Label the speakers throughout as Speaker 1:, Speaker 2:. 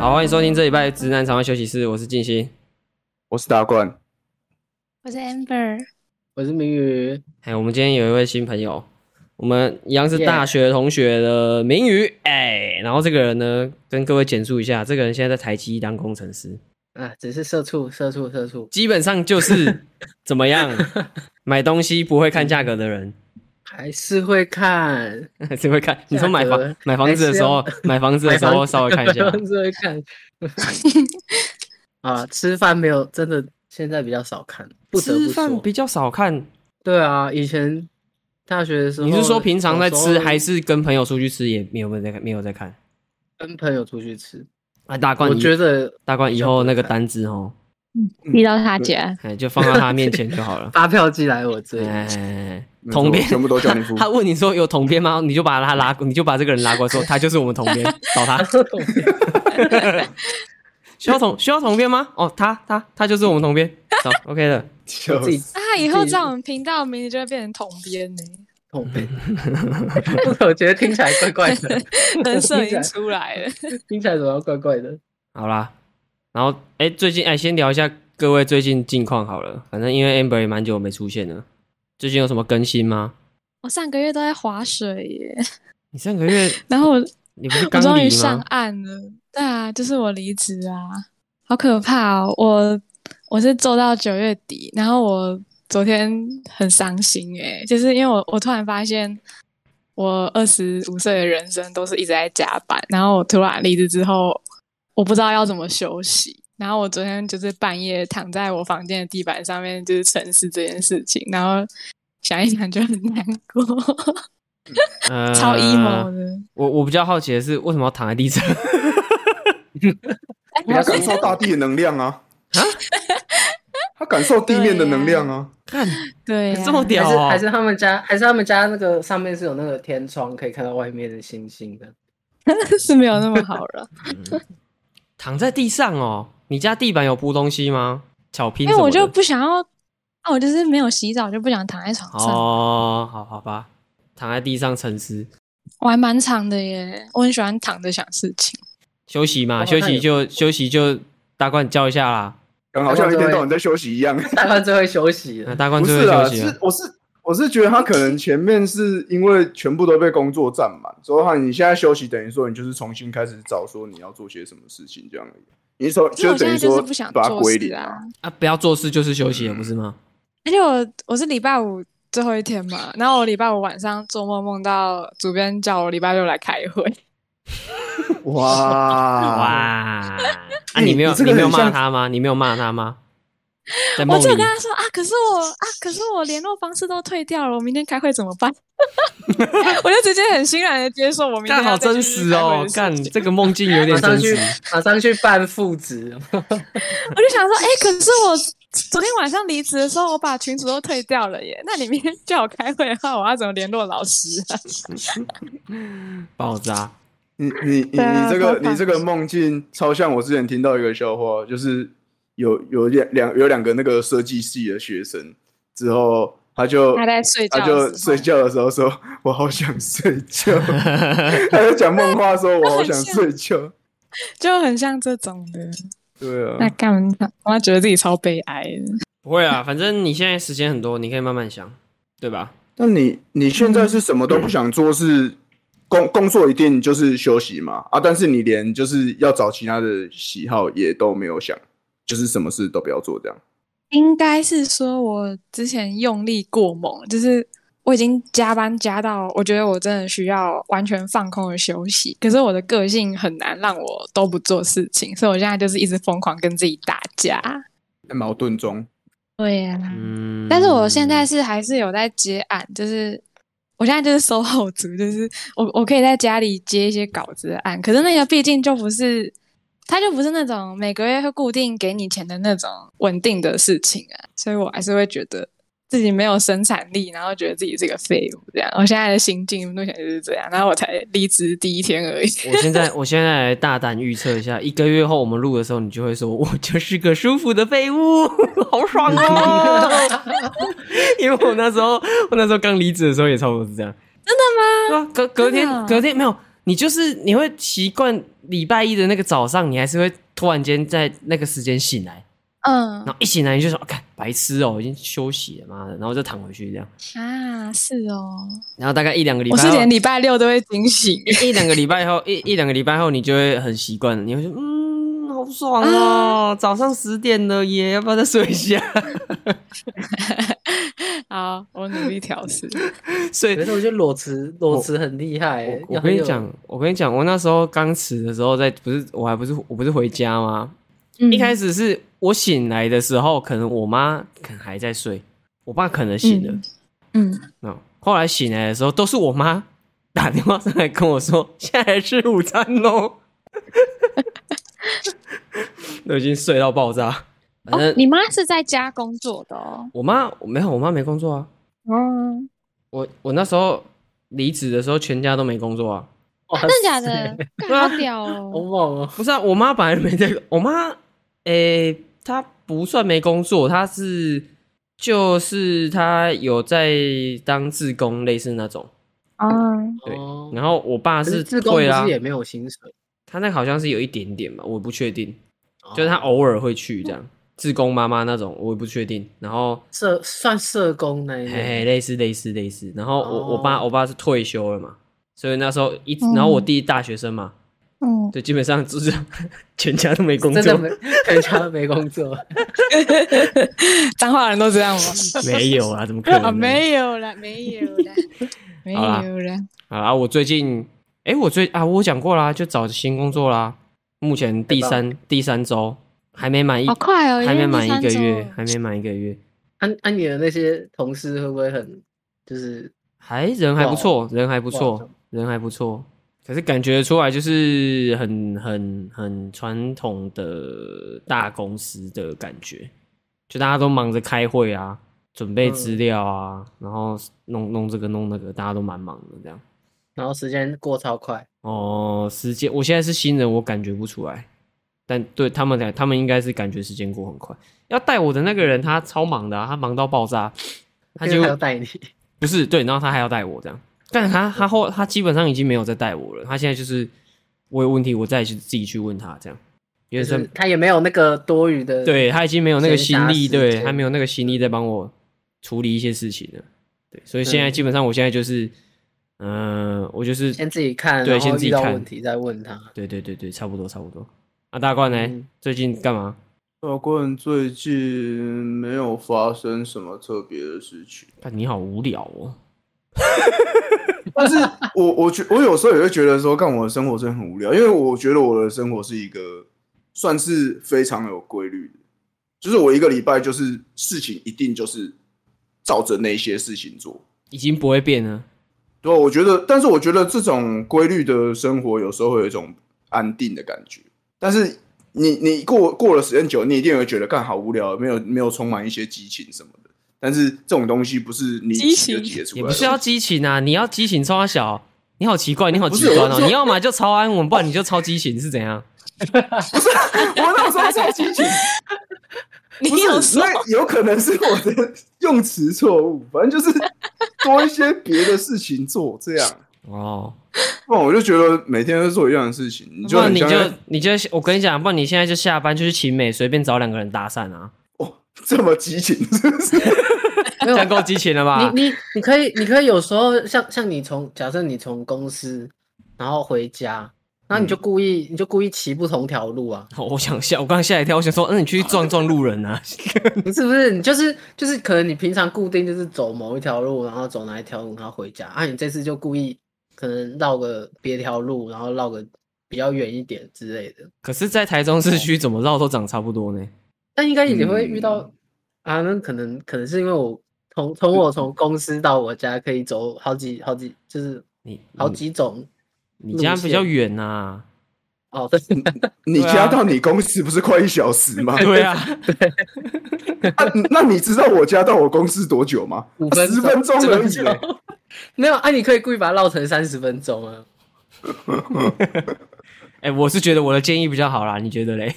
Speaker 1: 好，欢迎收听这礼拜的直男常会休息室，我是静心。
Speaker 2: 我是打冠，
Speaker 3: 我是 Amber，
Speaker 4: 我是明宇，
Speaker 1: 哎，我们今天有一位新朋友，我们一样是大学同学的明宇。哎，然后这个人呢，跟各位简述一下，这个人现在在台积当工程师，
Speaker 4: 啊，只是社畜，社畜，社畜，
Speaker 1: 基本上就是 怎么样买东西不会看价格的人，
Speaker 4: 还是会看。
Speaker 1: 只会看。你说买
Speaker 4: 价
Speaker 1: 房
Speaker 4: 格
Speaker 1: 买房子的时候，买房子的时候稍微看一 下。
Speaker 4: 是会看。 啊，吃饭没有，真的现在比较少看，不得
Speaker 1: 吃
Speaker 4: 不
Speaker 1: 饭
Speaker 4: 说。
Speaker 1: 比较少看，
Speaker 4: 对啊，以前大学的时候，
Speaker 1: 你是说平常在
Speaker 4: 有时
Speaker 1: 吃，
Speaker 4: 候
Speaker 1: 还是跟朋友出去吃也没有没有在看没有在看？
Speaker 4: 跟朋友出去吃？
Speaker 1: 啊，大冠
Speaker 4: 我
Speaker 1: 以，
Speaker 4: 觉得
Speaker 1: 大冠以后那个
Speaker 4: 比较不会看。
Speaker 1: 单子哦，
Speaker 3: 逼到他家，
Speaker 1: 哎，就放到他面 前就好了
Speaker 4: 发票寄来我这里，
Speaker 1: 哎，
Speaker 2: 没错
Speaker 1: 统编
Speaker 2: 全部都叫你 付
Speaker 1: 他问你说有统编吗？你就把他拉，你就把这个人拉过来说，他就是我们统编，找他。 需要统需要统编吗？哦，他他他就是我们统编，找 OK 的。
Speaker 2: 就
Speaker 4: 自己
Speaker 2: 是
Speaker 3: 那他啊以后在我们频道的名字就会变成统编呢、
Speaker 4: 痛 背。 我觉得听起来怪怪的，
Speaker 3: 人设已经出来了。
Speaker 4: 听起来怎么样怪怪的？
Speaker 1: 好啦，然后哎，最近哎，先聊一下各位最近近况好了。反正因为 Amber 也蛮久没出现了，最近有什么更新吗？
Speaker 3: 我上个月都在划水耶，
Speaker 1: 你上个月
Speaker 3: 然后我
Speaker 1: 你 不是
Speaker 3: 我
Speaker 1: 刚
Speaker 3: 终于
Speaker 1: 离
Speaker 3: 上
Speaker 1: 吗？
Speaker 3: 岸了。对啊，就是我离职啊，好可怕哦！我我是做到九月底，然后我昨天很伤心诶、就是因为我我突然发现。我二十五岁的人生都是一直在加班，然后我突然离职之后，我不知道要怎么休息。然后我昨天就是半夜躺在我房间的地板上面，就是沉思这件事情，然后想一想就很难过，
Speaker 1: 呃
Speaker 3: 超 emo 的。
Speaker 1: 我我比较好奇的是，为什么要躺在地上？
Speaker 2: 你要感受大地的能量啊！ 他感受地面的能量啊！
Speaker 1: 看
Speaker 3: 对、啊，
Speaker 1: 这么屌
Speaker 4: 还是
Speaker 1: 哦！
Speaker 4: 还是他们家，还是他们家那个上面是有那个天窗，可以看到外面的星星的。
Speaker 3: 是没有那么好 了，
Speaker 1: 躺在地上哦？你家地板有铺东西吗？巧拼
Speaker 3: 因
Speaker 1: 什
Speaker 3: 为
Speaker 1: 么的？
Speaker 3: 我就不想要，啊，我就是没有洗澡就不想躺在床上，
Speaker 1: 哦，好好吧，躺在地上沉思
Speaker 3: 我还蛮长的耶，我很喜欢躺着想事情。
Speaker 1: 休息嘛，
Speaker 4: 哦
Speaker 1: 休
Speaker 4: 那
Speaker 1: 息
Speaker 4: 也
Speaker 1: 就休息就大冠叫一下啦。
Speaker 3: 啊
Speaker 2: 刚好像一天到晚在休息一样。
Speaker 3: 哦
Speaker 4: 大概最会休息
Speaker 1: 那
Speaker 4: 了，
Speaker 1: 大冠
Speaker 2: 不
Speaker 1: 最
Speaker 2: 是
Speaker 1: 会
Speaker 2: 啦，
Speaker 1: 休息
Speaker 2: 是
Speaker 3: 啊
Speaker 1: 了，
Speaker 2: 我是我是觉得他可能前面是因为全部都被工作占满，所以他你现在休息等于说你就是重新开始找说你要做些什么事情这样而已。你从
Speaker 3: 因为我
Speaker 2: 等
Speaker 3: 现在
Speaker 2: 于
Speaker 3: 就是
Speaker 2: 说
Speaker 3: 不想
Speaker 2: 把它
Speaker 3: 做
Speaker 2: 归
Speaker 3: 事
Speaker 2: 零
Speaker 3: 啊，，
Speaker 1: 啊，不要做事就是休息了，
Speaker 2: 嗯
Speaker 1: 不是吗？
Speaker 3: 而且我我是礼拜五最后一天嘛，然后我礼拜五晚上做梦梦到主编叫我礼拜六来开会，
Speaker 2: 哇！
Speaker 1: 哇，啊，
Speaker 2: 你
Speaker 1: 你没有
Speaker 2: 你这个
Speaker 1: 没有
Speaker 2: 很
Speaker 1: 骂
Speaker 2: 像
Speaker 1: 他吗？你没有骂他吗？在
Speaker 3: 我
Speaker 1: 梦
Speaker 3: 就跟
Speaker 1: 里，
Speaker 3: 他说啊，可是我啊，可是我联络方式都退掉了，我明天开会怎么办？ 我就直接很欣然的接受我明天
Speaker 1: 干好
Speaker 3: 要再
Speaker 1: 真
Speaker 3: 继续
Speaker 1: 实
Speaker 3: 开会
Speaker 1: 哦
Speaker 3: 的，事
Speaker 1: 干
Speaker 3: 情
Speaker 1: 这个梦境有点
Speaker 4: 马上
Speaker 1: 真
Speaker 4: 去
Speaker 1: 实。
Speaker 4: 马上去办副职，
Speaker 3: 我就想说，哎、可是我昨天晚上离职的时候，我把群主都退掉了耶。那你明天叫我开会的话，我要怎么联络老师、啊？
Speaker 1: 爆炸，
Speaker 2: 你你你
Speaker 3: 对啊
Speaker 2: 你这
Speaker 3: 超
Speaker 2: 个
Speaker 3: 棒
Speaker 2: 你这个梦境超像我之前听到一个笑话，就是有有两两有两个那个设计系的学生，之后他就
Speaker 3: 他在睡
Speaker 2: 他
Speaker 3: 觉的时候
Speaker 2: 就睡觉的时候说：“我好想睡觉。”他就讲梦话说：“我好想睡觉。
Speaker 3: 就很像这种的。”
Speaker 2: 对
Speaker 3: 那
Speaker 2: 啊，
Speaker 3: 干嘛？我觉得自己超悲哀的。
Speaker 1: 不会啊，反正你现在时间很多，你可以慢慢想，对吧？
Speaker 2: 那你你现在是什么都不想做，是工工作一定就是休息嘛啊？但是你连就是要找其他的喜好也都没有想，就是什么事都不要做这样。
Speaker 3: 应该是说我之前用力过猛，就是我已经加班加到，我觉得我真的需要完全放空的休息。可是我的个性很难让我都不做事情，所以我现在就是一直疯狂跟自己打架。
Speaker 2: 在矛盾中，
Speaker 3: 对呀、
Speaker 1: 嗯，
Speaker 3: 但是我现在是还是有在接案，就是我现在就是售后组，就是我我可以在家里接一些稿子的案，可是那个毕竟就不是，它就不是那种每个月会固定给你钱的那种稳定的事情啊，所以我还是会觉得自己没有生产力，然后觉得自己是个废物这样。我现在的心境目前就是这样，然后我才离职第一天而已。
Speaker 1: 我现在，我现在来大胆预测一下，一个月后我们录的时候，你就会说我就是个舒服的废物，好爽 哦！因为我那时候，我那时候刚离职的时候也差不多是这样。真的吗？对啊，隔隔
Speaker 3: 真的
Speaker 1: 天，
Speaker 3: 啊
Speaker 1: 隔天没有，你就是你会习惯礼拜一的那个早上，你还是会突然间在那个时间醒来，
Speaker 3: 嗯
Speaker 1: 然后一醒来你就说，看、白痴哦、已经休息了，妈的，然后就躺回去这样，
Speaker 3: 啊，是哦，
Speaker 1: 然后大概一两个礼
Speaker 3: 我
Speaker 1: 拜
Speaker 3: 是
Speaker 1: 后，
Speaker 3: 连礼拜六都会惊醒。
Speaker 1: 一两个礼拜后，一一两个礼拜后，你就会很习惯了，你会说，嗯，好爽哦、早上十点了耶，要不要再睡一下？
Speaker 3: 好，我努力调试。
Speaker 1: 睡
Speaker 4: 可是我觉得裸辞裸辞很厉害、欸
Speaker 1: 我我跟你讲，，我跟你讲，我那时候刚辞的时候在，不是我还不是我不是回家吗？一开
Speaker 3: 始
Speaker 1: 始是我醒来的时候，可能我妈可能还在睡，我爸可能醒了。
Speaker 3: 嗯，
Speaker 1: 那、后来醒来的时候，都是我妈打电话上来跟我说，下来吃午餐哦喽。 都已经睡到爆炸，反正、
Speaker 3: 哦，你妈是在家工作的哦。
Speaker 1: 我妈没有，我妈没工作啊。
Speaker 3: 哦，
Speaker 1: 我我那时候离职的时候，全家都没工作啊。
Speaker 4: 有
Speaker 3: 真的 假的？干好屌
Speaker 4: 好
Speaker 3: 哦！
Speaker 4: 猛哦！
Speaker 1: 不是啊，我妈本来没在，我妈，诶、她不算没工作，她是就是她有在当志工，类似那种。
Speaker 3: 啊，
Speaker 1: 对
Speaker 4: 哦
Speaker 1: 然后我爸
Speaker 4: 可是自工不
Speaker 1: 退啦
Speaker 4: 是，也没有薪水，
Speaker 1: 他那个好像是有一点点吧，我不确定，
Speaker 4: 哦
Speaker 1: 就是他偶尔会去这样，志工妈妈那种，我也不确定。然后，
Speaker 4: 社算社工那一
Speaker 1: 嘿
Speaker 4: 类。
Speaker 1: 嘿，类似类似类似。然后我、
Speaker 4: 哦嗯
Speaker 1: 我爸我爸是退休了嘛，所以那时候一，然后我弟大学生嘛，
Speaker 3: 嗯，
Speaker 1: 就基本上就是 全家都没工作，
Speaker 4: 真的没， 感觉他没工作，
Speaker 3: 彰化人都这样吗？
Speaker 1: 没 有啊，怎么可能呢？
Speaker 3: 啊，没有啦，没有啦，没
Speaker 1: 好啦
Speaker 3: 有啦。
Speaker 1: 好啦，我最近，哎，我最啊，我讲过啦，就找新工作啦。目前第三第三周还没满一，
Speaker 3: 好快哦，
Speaker 1: 还没满一
Speaker 3: 已
Speaker 1: 个
Speaker 3: 经第三周
Speaker 1: 月
Speaker 3: 了，
Speaker 1: 还没满一个月，
Speaker 4: 安安啊你的那些同事会不会很就是
Speaker 1: 还哎人还不错，人还不
Speaker 4: 哦哇
Speaker 1: 错
Speaker 4: 这，
Speaker 1: 人还不错。可是感觉出来就是很很很传统的大公司的感觉，就大家都忙着开会啊，准备
Speaker 4: 嗯
Speaker 1: 资料啊，然后弄弄这个弄那个，大家都蛮忙的这样。
Speaker 4: 然后时间过超快，
Speaker 1: 哦，时间，我现在是新人，我感觉不出来。但对他们来，他们应该是感觉时间过很快。要带我的那个人，他超忙的啊、他忙到爆炸， 他
Speaker 4: 因为
Speaker 1: 就
Speaker 4: 他要带你，
Speaker 1: 不是对，然后他还要带我这样。但他他后他基本上已经没有再带我了，他现在就是我有问题，我再去自己去问他这样。有
Speaker 4: 就
Speaker 1: 点
Speaker 4: 是
Speaker 1: 像，
Speaker 4: 他也没有那个多余的，
Speaker 1: 对他已经没有那个心力，
Speaker 4: 闲暇时间
Speaker 1: 对他没有那个心力在帮我处理一些事情了。对，所以现在
Speaker 4: 嗯
Speaker 1: 基本上我现在就是，嗯、我就是
Speaker 4: 先自己看，
Speaker 1: 对
Speaker 4: 然
Speaker 1: 先
Speaker 4: 后
Speaker 1: 自己
Speaker 4: 遇到
Speaker 1: 看
Speaker 4: 问题再问他。
Speaker 1: 对对对对，差不多差不多。啊，大冠呢？
Speaker 4: 嗯
Speaker 1: 最近干嘛？
Speaker 2: 法官最近没有发生什么特别的事情，
Speaker 1: 看你好无聊哦。
Speaker 2: 但 是我我觉我有时候也会觉得说，干我的生活真的很无聊，因为我觉得我的生活是一个算是非常有规律的，就是我一个礼拜就是事情一定就是照着那些事情做，
Speaker 1: 已经不会变了。
Speaker 2: 对啊，我觉得，但是我觉得这种规律的生活有时候会有一种安定的感觉，但是你你过过了时间久，你一定会觉得干好无聊，没有没有充满一些激情什么的。但是这种东西不是你
Speaker 3: 激
Speaker 2: 挤就
Speaker 3: 情
Speaker 2: 挤得出
Speaker 1: 也
Speaker 2: 来的，
Speaker 1: 不是要激情啊，你要激情超小，你好奇怪，你好极端
Speaker 2: 哎不
Speaker 1: 哦、
Speaker 2: 是我
Speaker 1: 你要么就超安稳，不然你就超激情是怎样？
Speaker 2: 我那时候说 激情，
Speaker 3: 你
Speaker 2: 不
Speaker 3: 有
Speaker 2: 是
Speaker 3: 说
Speaker 2: 那有可能是我的 用词错误，反正就是多一些别的事情做，这样。
Speaker 1: 哦，
Speaker 2: 不然我就觉得每天都做一样的事情，你
Speaker 1: 不
Speaker 2: 就
Speaker 1: 然
Speaker 2: 很
Speaker 1: 你就
Speaker 2: 像在
Speaker 1: 你就我跟你讲，不然你现在就下班就去勤美随便找两个人搭讪啊，
Speaker 2: 这么激情，是不是？
Speaker 4: 没
Speaker 1: 这
Speaker 4: 有
Speaker 1: 样够激情了吧？
Speaker 4: 你你你可以你可以有时候像像你从假设你从公司然后回家，
Speaker 1: 嗯
Speaker 4: 然后你就故意、你就故意骑不同条路啊，
Speaker 1: 哦我想吓，我刚刚吓一跳，我想说，嗯，你去撞撞路人啊？
Speaker 4: 你是不是？你就是就是可能你平常固定就是走某一条路，然后走哪一条路，然后回家啊，你这次就故意可能绕个别条路，然后绕个比较远一点之类的，
Speaker 1: 可是，在台中市区怎么绕都长差不多呢？
Speaker 4: 但应该也会遇到、
Speaker 2: 嗯
Speaker 4: 啊，那可能可能是因为我从从我
Speaker 1: 嗯
Speaker 4: 从公司到我家可以走好几好几就是
Speaker 1: 你
Speaker 4: 好几种
Speaker 1: 你你家比较远啊呐、
Speaker 4: 哦，对，
Speaker 2: 你
Speaker 1: 对啊
Speaker 2: 家到你公司不是快一小时 吗？
Speaker 1: 对啊，
Speaker 2: 啊，那你知道我家到我公司多久吗？啊
Speaker 4: 五分
Speaker 2: 十分钟
Speaker 4: 怎么
Speaker 2: 而已
Speaker 4: 久。没有啊，你可以故意把它绕成三十分钟啊。
Speaker 1: 哎、我是觉得我的建议比较好啦，你觉得嘞？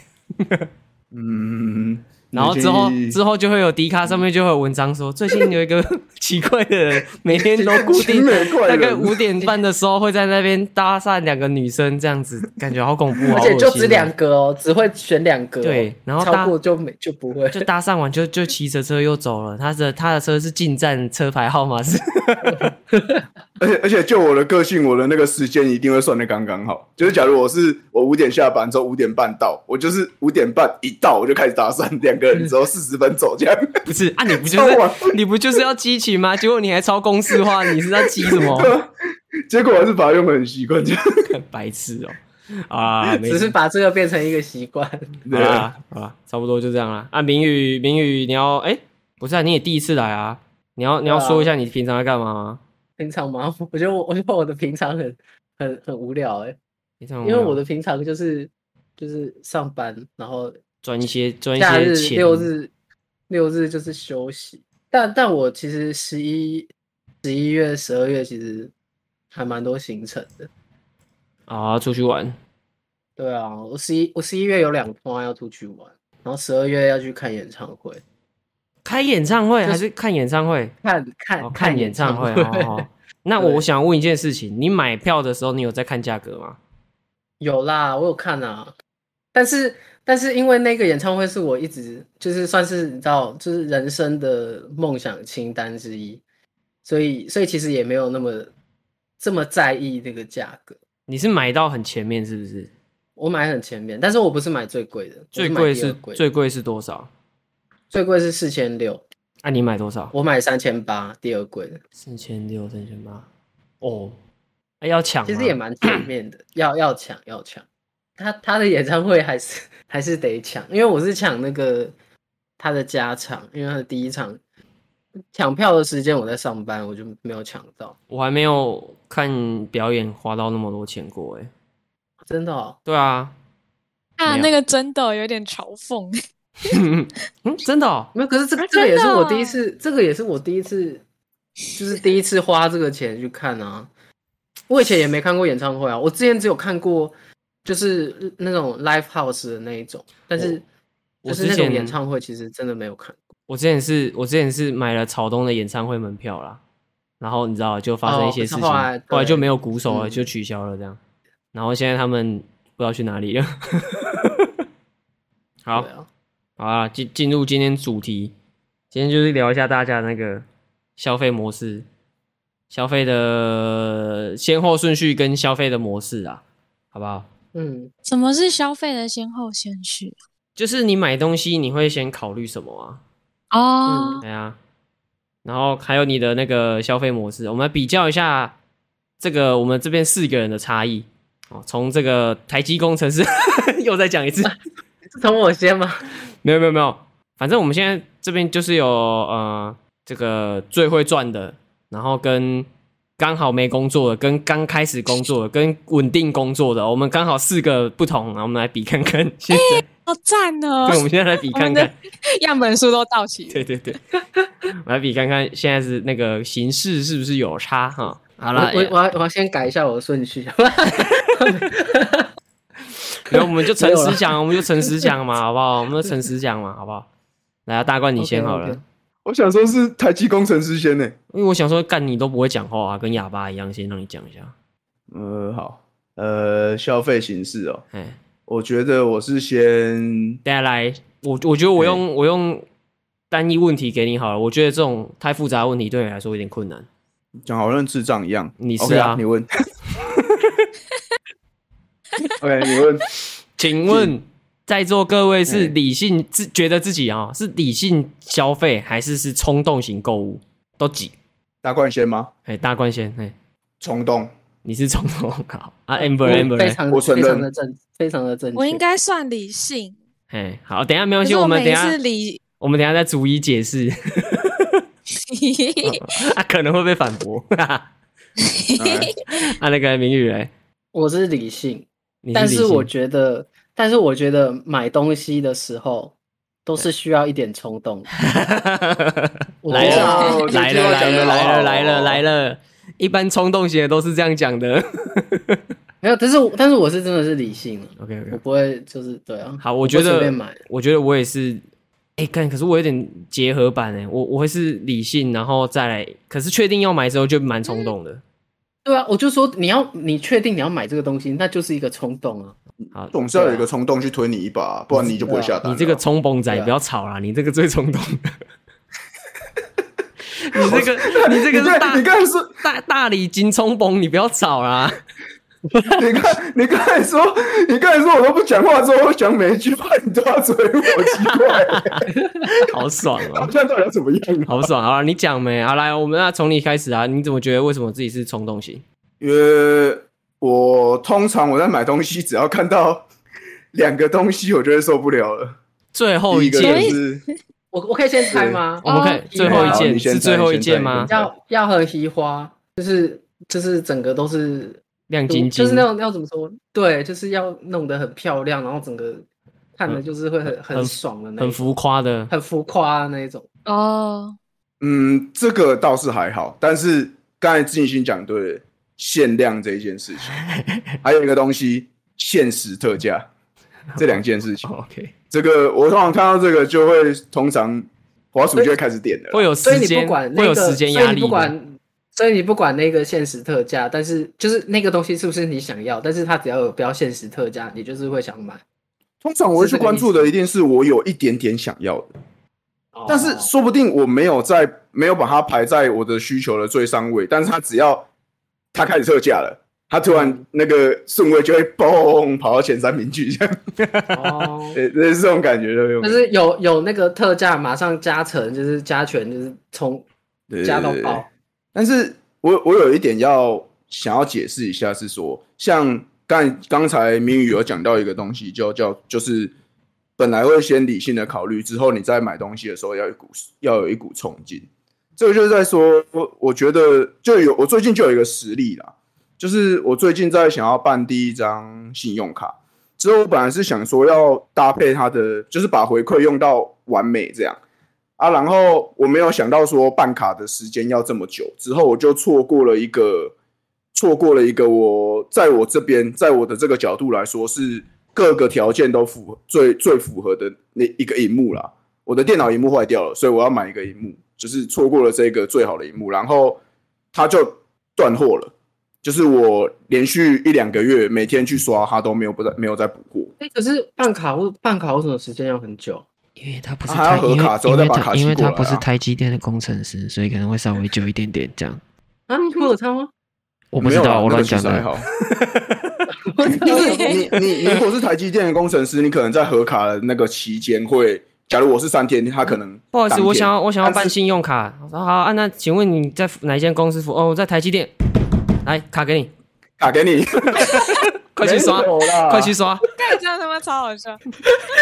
Speaker 2: 嗯，
Speaker 1: 然后之后
Speaker 2: 你建议
Speaker 1: 之后就会有迪卡上面就会有文章说，最近有一个 奇怪的人，每 天都固定
Speaker 2: 美怪
Speaker 1: 大
Speaker 2: 人
Speaker 1: 概五点半的时候会在那边搭讪两个女生，这样子感觉好恐怖，
Speaker 4: 而
Speaker 1: 好
Speaker 4: 且
Speaker 1: 恶
Speaker 4: 就
Speaker 1: 心
Speaker 4: 只
Speaker 1: 哦
Speaker 4: 两个哦，只会选两个哦、
Speaker 1: 对然后大
Speaker 4: 超过就没就不会。
Speaker 1: 就搭讪完就就骑着车又走了。他的他的车是进站车牌号码是，
Speaker 2: 而且而且，就我的个性，我的那个时间一定会算的刚刚好。就是假如我是我五点下班之后五点半到，我就是五点半一到我就开始搭讪，两 个人之后四十分走这样。
Speaker 1: 不是啊？你不 就
Speaker 2: 超晚
Speaker 1: 是你不就是要激情吗？结果你还超公式化，你是要激什么？
Speaker 2: 结果我还是把它用的很习惯，这样。
Speaker 1: 白痴哦、啊，没
Speaker 4: 只是
Speaker 1: 事，
Speaker 4: 把这个变成一个习惯，
Speaker 1: 好啦好啦，差不多就这样啦。啊，明宇明宇，你要哎、不是啊，你也第一次来啊，你要你要
Speaker 4: 对啊
Speaker 1: 说一下你平常在干嘛吗？
Speaker 4: 平常嘛，我觉得我我觉得我的平常很很很无聊哎、
Speaker 1: 平常有
Speaker 4: 因
Speaker 1: 没
Speaker 4: 为
Speaker 1: 有
Speaker 4: 我的平常就是就是上班，然后
Speaker 1: 赚一些赚一
Speaker 4: 假日
Speaker 1: 些钱，
Speaker 4: 六日六日就是休息，但但我其实十一十一月十二月其实还蛮多行程的，
Speaker 1: 啊，出去玩。
Speaker 4: 对啊，我十一我十一月有两趟要出去玩，然后十二月要去看演唱会，
Speaker 1: 开演唱会
Speaker 4: 就是
Speaker 1: 还是看演唱会？
Speaker 4: 看看、
Speaker 1: 哦，
Speaker 4: 看
Speaker 1: 看演唱会。
Speaker 4: 会，
Speaker 1: 哦哦那
Speaker 4: 对
Speaker 1: 我想问一件事情，你买票的时候，你有在看价格吗？
Speaker 4: 有啦，我有看啊，但是但是因为那个演唱会是我一直就是算是你知道，就是人生的梦想清单之一，所以所以其实也没有那么这么在意那个价格。
Speaker 1: 你是买到很前面是不是？
Speaker 4: 我买很前面，但是我不是买最贵的，我
Speaker 1: 最
Speaker 4: 买
Speaker 1: 贵
Speaker 4: 第二
Speaker 1: 是
Speaker 4: 贵的
Speaker 1: 最贵是多少？
Speaker 4: 最贵是四千六，
Speaker 1: 啊，你买多少？
Speaker 4: 我买三千八，第二贵的，
Speaker 1: 四千六、三千八。哦，哎要抢吗？
Speaker 4: 其实也蛮前面的，要要抢要抢。他他的演唱会还是还是得抢，因为我是抢那个他的加场，因为他的第一场抢票的时间我在上班，我就没有抢到，
Speaker 1: 我还没有看表演花到那么多钱过哎、
Speaker 4: 真的、哦。
Speaker 1: 对啊， 没
Speaker 3: 啊，
Speaker 1: 有
Speaker 3: 那个真的有点嘲讽，
Speaker 1: 嗯，真的、哦，
Speaker 4: 没有，可是这个、
Speaker 3: 啊
Speaker 4: 这个也
Speaker 3: 真
Speaker 4: 是
Speaker 3: 的
Speaker 4: 我
Speaker 3: 哦
Speaker 4: 第一次，这个也是我第一次，就是第一次花这个钱去看啊。我以前也没看过演唱会啊，我之前只有看过就是那种 live house 的那一种，但是
Speaker 1: 我
Speaker 4: 就
Speaker 1: 我
Speaker 4: 是
Speaker 1: 之
Speaker 4: 那种
Speaker 1: 前
Speaker 4: 演唱会其实真的没有看过。
Speaker 1: 我之前是我之前是买了草东的演唱会门票啦，然后你知道就发生一些事情，
Speaker 4: 哦后来
Speaker 1: 后来就
Speaker 4: 对
Speaker 1: 没有鼓手了，
Speaker 4: 嗯
Speaker 1: 就取消了这样。然后现在他们不知道去哪里了。 好
Speaker 4: 对，啊，
Speaker 1: 好啊，进进入今天主题，今天就是聊一下大家那个消费模式、消费的先后顺序跟消费的模式啊，好不好？
Speaker 4: 嗯，
Speaker 3: 什么是消费的先后顺序？
Speaker 1: 就是你买东西，你会先考虑什么啊？
Speaker 3: 哦，
Speaker 1: 对啊，然后还有你的那个消费模式，我们来比较一下这个我们这边四个人的差异哦。从这个台积工程师 又再讲一次，
Speaker 4: 是从我先吗？
Speaker 1: 没有没有没有，反正我们现在这边就是有呃这个最会赚的，然后跟刚好没工作的，跟刚开始工作的，跟稳定工作的，我们刚好四个不同，然后我们来比看看。现在，
Speaker 3: 好赞哦
Speaker 1: 对，我！们现在来比
Speaker 3: 我们
Speaker 1: 看
Speaker 3: 的
Speaker 1: 看。
Speaker 3: 样本数都到齐了。
Speaker 1: 对对对，我来比看看现在是那个形式是不是有差哈。好
Speaker 4: 我
Speaker 1: 了，
Speaker 4: 我
Speaker 1: 也
Speaker 4: 我要我要先改一下我的顺序。
Speaker 1: 然后我们就诚
Speaker 4: 没有
Speaker 1: 实
Speaker 4: 啦
Speaker 1: 讲，我们就诚实讲嘛，好不好？我们就诚实讲嘛，好不好？来啊，大冠你先好了
Speaker 4: OK，OK
Speaker 2: 我想说是台积工程师先呢、
Speaker 1: 因为我想说，干你都不会讲话啊，跟哑巴一样，先让你讲一下。
Speaker 2: 呃，好，呃，消费形式哦，
Speaker 1: 哎，
Speaker 2: 我觉得我是先
Speaker 1: 大家来，我我觉得我用我用单一问题给你好了。我觉得这种太复杂的问题对你来说有点困难。
Speaker 2: 讲好像智障一样，
Speaker 1: 你是
Speaker 2: OK
Speaker 1: 啊
Speaker 2: 你问。OK，你问。
Speaker 1: 请问在座各位是理性自觉得自己啊、是理性消费还是是冲动型购物？都几？
Speaker 2: 大冠先吗？
Speaker 1: 哎、大冠先，哎、
Speaker 2: 冲动，
Speaker 1: 你是冲动好啊
Speaker 4: 我
Speaker 1: ，amber amber，
Speaker 4: 非
Speaker 1: 嘞
Speaker 4: 常
Speaker 2: 我承
Speaker 4: 非常
Speaker 2: 认
Speaker 4: 的正，非常的正确。
Speaker 3: 我应该算理性，
Speaker 1: 哎，好，等一下没关
Speaker 3: 可
Speaker 1: 系，
Speaker 3: 是
Speaker 1: 我们
Speaker 3: 每
Speaker 1: 等
Speaker 3: 一
Speaker 1: 一下
Speaker 3: 次理，
Speaker 1: 我们等一下再逐一解释， 啊，可能会被反驳，啊，
Speaker 2: 哎
Speaker 1: 那个明宇嘞，
Speaker 4: 我是理性，
Speaker 1: 你
Speaker 4: 但
Speaker 1: 理
Speaker 4: 是
Speaker 1: 性
Speaker 4: 我觉得，但是我觉得买东西的时候都是需要一点冲动的。我
Speaker 1: 来了
Speaker 2: 哦
Speaker 1: 来
Speaker 2: 这句
Speaker 1: 了
Speaker 2: 话
Speaker 1: 来
Speaker 2: 讲
Speaker 1: 了
Speaker 2: 得
Speaker 1: 来
Speaker 2: 好
Speaker 1: 了来了来了，一般冲动型的都是这样讲 的。
Speaker 4: 没有，但是我但是我是真的是理性的，
Speaker 1: OK OK，
Speaker 4: 我不会就是对啊，
Speaker 1: 好，
Speaker 4: 我
Speaker 1: 我
Speaker 4: 不
Speaker 1: 觉
Speaker 4: 随
Speaker 1: 得
Speaker 4: 便买，
Speaker 1: 我觉得我也是哎、看，可是我有点结合版哎、我我会是理性，然后再来，可是确定要买之后就蛮冲动的。
Speaker 4: 对啊，我就说你要你确定你要买这个东西，那就是一个冲动啊。
Speaker 1: 好，
Speaker 2: 总是要有一个冲动去推你一把，不然你就不会下单了。
Speaker 1: 啊你这个冲崩仔
Speaker 4: 对啊
Speaker 1: 不要吵啦，你这个最冲 动的。你这个，你这个是
Speaker 2: 你看，
Speaker 1: 大
Speaker 2: 你刚才说，
Speaker 1: 大大理金冲崩，你不要吵啦。
Speaker 2: 你看，你刚才说，你刚才说我都不讲话，之后讲每一句话你都要嘴我，奇怪，
Speaker 1: 好爽哦、
Speaker 2: 好像到底要怎么样啊？
Speaker 1: 好爽！好了，你讲没？好来，我们那从你开始啊，你怎么觉得为什么自己是冲动型？
Speaker 2: 因为我通常我在买东西，只要看到两个东西，我就会受不了了。
Speaker 1: 最后
Speaker 2: 第
Speaker 1: 一
Speaker 2: 一个
Speaker 1: 件，
Speaker 2: 就是
Speaker 4: 我我可以先猜吗？
Speaker 1: 我们看
Speaker 3: 哦
Speaker 1: 最后一
Speaker 2: 好
Speaker 1: 件
Speaker 2: 你先
Speaker 1: 是
Speaker 2: 猜
Speaker 1: 最后一件
Speaker 2: 你
Speaker 1: 吗
Speaker 2: 先？猜
Speaker 4: 要要和西花，就是就是整个都是
Speaker 1: 亮晶晶，
Speaker 4: 就是那种要怎么说？对，就是要弄得很漂亮，然后整个看的就是会很
Speaker 1: 很
Speaker 4: 很爽的那一
Speaker 1: 很
Speaker 4: 种
Speaker 1: 浮夸的，
Speaker 4: 很浮夸的那一种。
Speaker 3: 哦，
Speaker 2: 嗯，这个倒是还好，但是刚才静心讲对了，限量这一件 事情，还有一个东西，限时特价，这两件事情，
Speaker 1: OK，
Speaker 2: 这个我通常看到这个就会通常滑鼠就会开始点的啦，
Speaker 1: 会有
Speaker 4: 所以
Speaker 1: 时
Speaker 4: 你不
Speaker 1: 间，
Speaker 4: 管
Speaker 1: 会
Speaker 4: 那
Speaker 1: 有
Speaker 4: 个，
Speaker 1: 时间
Speaker 4: 所以
Speaker 1: 压
Speaker 4: 你不
Speaker 1: 力的。
Speaker 4: 管，所以你不管那个限时特价，但是就是那个东西是不是你想要，但是它只要有标限时特价，你就是会想买。
Speaker 2: 通常我会去关注的一定是我有一点点想要的，但是
Speaker 4: 哦
Speaker 2: 说不定我没有在没有把它排在我的需求的最上位，但是它只要它开始特价了，它突
Speaker 4: 嗯
Speaker 2: 然那个顺位就会 嘣跑到前三名去，这 样，
Speaker 4: 哦，
Speaker 2: 对，类似这种感觉的，
Speaker 4: 但是有有那个特价，马上加成就是加权，就是冲
Speaker 2: 对
Speaker 4: 加到爆。
Speaker 2: 但是我我有一点要想要解释一下，是说像刚刚才明宇有讲到一个东西，就叫就是本来会先理性的考虑，之后你在买东西的时候要有一股要有一股冲劲。这个就是在说，我我觉得就有我最近就有一个实例啦，就是我最近在想要办第一张信用卡，之后我本来是想说要搭配它的，就是把回馈用到完美这样啊，然后我没有想到说办卡的时间要这么久，之后我就错过了一个，错过了一个我在我这边，在我的这个角度来说是各个条件都符合最最符合的那一个荧幕啦。我的电脑荧幕坏掉了，所以我要买一个荧幕，就是错过了这个最好的荧幕，然后它就断货了。就是我连续一两个月每天去刷，它都没有不在没有在补货。
Speaker 4: 哎、可是办卡为办卡为什么时间要很久？
Speaker 5: 因为他不是
Speaker 2: 还要
Speaker 5: 台，
Speaker 2: 合
Speaker 5: 因为
Speaker 2: 卡之后
Speaker 5: 因
Speaker 2: 再
Speaker 5: 为
Speaker 2: 把
Speaker 5: 他
Speaker 2: 卡寄
Speaker 5: 因为
Speaker 2: 过
Speaker 5: 他
Speaker 2: 来
Speaker 5: 不是
Speaker 2: 啊
Speaker 5: 台积电的工程师，所以可能会稍微久一点点这样。
Speaker 4: 啊，你会有差吗？
Speaker 5: 我不知
Speaker 2: 没有啦
Speaker 5: 道，我
Speaker 2: 那
Speaker 5: 乱
Speaker 2: 个其实
Speaker 5: 讲
Speaker 2: 还
Speaker 5: 的。
Speaker 2: 好。
Speaker 1: 哦
Speaker 2: 就是你你你如果是台积电的工程师，你可能在核卡的那个期间会，假如我是三天，他可能
Speaker 1: 不好意思，
Speaker 2: 当天
Speaker 1: 我想要我想要
Speaker 2: 但
Speaker 1: 办
Speaker 2: 是
Speaker 1: 信用卡。我说好啊，那请问你在哪一间公司服务？哦，我在台积电。来，卡给你，
Speaker 2: 卡给你，
Speaker 1: 快去刷
Speaker 2: 没，有啦
Speaker 1: 快去刷。
Speaker 3: 看这样他妈超好笑，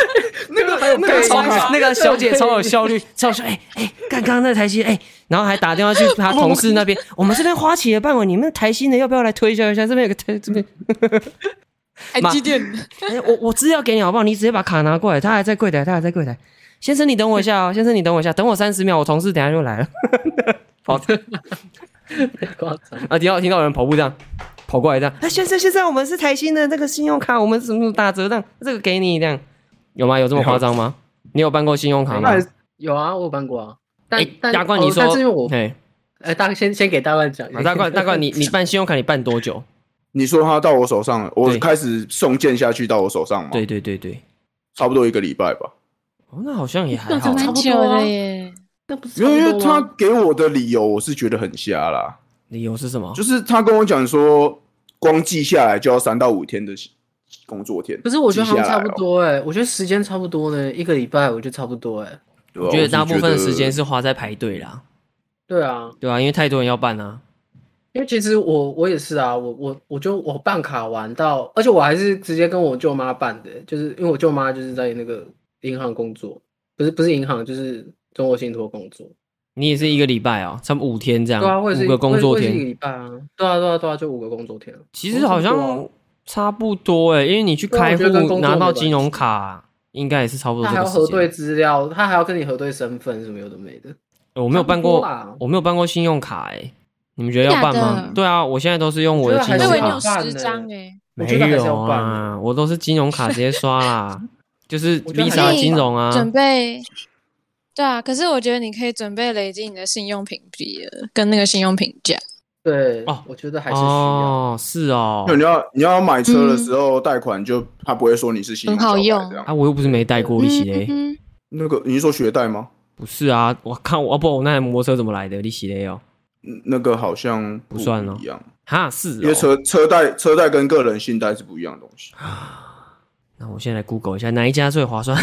Speaker 2: 那个
Speaker 4: 还有
Speaker 2: 那
Speaker 1: 对
Speaker 2: 个
Speaker 4: 对
Speaker 1: 超
Speaker 2: 刷
Speaker 4: 对
Speaker 2: 卡，
Speaker 1: 那个小姐超有效率，超说哎哎，刚刚那台戏哎、然后还打电话去 她同事那边，我们这边花旗的办完，你们台新的要不要来推销一下？这边有个推这边，
Speaker 3: 还
Speaker 1: 妈
Speaker 3: 记得
Speaker 1: 哎、我我资料给你好不好？你直接把卡拿过来，他还在柜台，他还在柜台。先生，你等我一下哦，先生，你等我一下，等我三十秒，我同事等一下就 来了。跑
Speaker 4: 夸张
Speaker 1: 啊，听到听到有人跑步这样跑过来这样，哎、先生，先生，我们是台新的那个信用卡，我们什么什么打折这样，这个给你这样，有吗？有这么夸张吗？哎你有办过信用卡吗
Speaker 2: 那？也
Speaker 4: 有啊，我有办过啊。但、
Speaker 1: 哎，
Speaker 4: 但
Speaker 1: 大冠，你
Speaker 4: 哦
Speaker 1: 说，
Speaker 4: 但是因为我
Speaker 1: 嘿
Speaker 4: 呃，大先先给大冠讲
Speaker 1: 啊，，大 冠，大冠，你你办信用卡你办多久？
Speaker 2: 你说他到我手上了，我
Speaker 1: 对
Speaker 2: 开始送件下去到我手上嘛，
Speaker 1: 对，对对对，
Speaker 2: 差不多一个礼拜吧。
Speaker 1: 哦，那好像也还好
Speaker 4: 那
Speaker 1: 啊
Speaker 4: 差
Speaker 3: 蛮
Speaker 4: 不
Speaker 3: 久
Speaker 4: 多啊
Speaker 3: 的耶。
Speaker 4: 那不是
Speaker 2: 因为因为
Speaker 4: 差
Speaker 2: 他
Speaker 4: 不多吗
Speaker 2: 给我的理由，我是觉得很瞎啦，
Speaker 1: 理由是什么？
Speaker 2: 就是他跟我讲说，光记下来就要三到五天的工作天，
Speaker 4: 可是我觉得好
Speaker 2: 记
Speaker 4: 像
Speaker 2: 下来
Speaker 4: 差
Speaker 2: 哦
Speaker 4: 不，多哎、我觉得时间差不多呢，一个礼拜我觉得差不多哎、
Speaker 2: 对吧
Speaker 1: 我觉得大部分的时间
Speaker 2: 是
Speaker 1: 是花在排队啦，
Speaker 4: 对啊，
Speaker 1: 对啊，因为太多人要办啊。
Speaker 4: 因为其实我我也是啊，我我我就我办卡玩到，而且我还是直接跟我舅妈办的，就是因为我舅妈就是在那个银行工作，不是不是银行，就是中国信托工作。
Speaker 1: 你也是一个礼拜哦，差不多五天这样，
Speaker 4: 对啊，或者是
Speaker 1: 五个工作
Speaker 4: 或者是一个
Speaker 1: 天，
Speaker 4: 礼拜啊，对啊对啊对啊，就五个工作天啊。
Speaker 1: 其实好像差不多哎，因为你去
Speaker 4: 对啊
Speaker 1: 开
Speaker 4: 我觉得跟
Speaker 1: 户
Speaker 4: 工作
Speaker 1: 拿
Speaker 4: 没
Speaker 1: 到
Speaker 4: 关系
Speaker 1: 金融卡，应该也是差不多
Speaker 4: 他
Speaker 1: 这
Speaker 4: 还要
Speaker 1: 个
Speaker 4: 核
Speaker 1: 时
Speaker 4: 对
Speaker 1: 间。
Speaker 4: 资料，他还要跟你核对身份什么有的没的。
Speaker 1: 呃我没有办过
Speaker 4: 差不多啦，
Speaker 1: 我没有办过信用卡哎，你们觉得要办
Speaker 3: 真
Speaker 1: 吗
Speaker 3: 的？
Speaker 1: 对啊，我现在都是用我的
Speaker 4: 我觉
Speaker 1: 金
Speaker 4: 得还
Speaker 3: 我以
Speaker 1: 融
Speaker 3: 为你
Speaker 1: 卡
Speaker 3: 有。十
Speaker 4: 办呢
Speaker 3: 张哎，
Speaker 4: 我
Speaker 1: 没
Speaker 4: 觉得还是
Speaker 1: 有
Speaker 4: 要办的。
Speaker 1: 啊，我都是金融卡直接刷啦，就是
Speaker 4: 我觉得还是
Speaker 1: Visa 金融啊。
Speaker 3: 准备对啊，可是我觉得你可以准备累积你的信用评比了，跟那个信用评价。
Speaker 4: 对，
Speaker 1: 哦
Speaker 4: 我觉得还是需要。
Speaker 1: 哦，是哦
Speaker 2: 因为，你要你要买车
Speaker 1: 嗯
Speaker 2: 的时候贷款就他不会说你是信用
Speaker 3: 很好
Speaker 2: 小白
Speaker 3: 用
Speaker 2: 这
Speaker 1: 啊，
Speaker 2: 样。
Speaker 1: 我又不是没带过利息嘞，
Speaker 3: 嗯
Speaker 2: 那个你是说学贷吗？
Speaker 1: 不是啊，我看我、啊、不然我那台摩托车怎么来的利息嘞哦，
Speaker 2: 嗯那个好像
Speaker 1: 不算哦
Speaker 2: 一样，
Speaker 1: 哈是
Speaker 2: 因为
Speaker 1: 哦，
Speaker 2: 车车贷车贷跟个人信贷是不一样的东 西。
Speaker 1: 那我现在来 Google 一下哪一家最划算，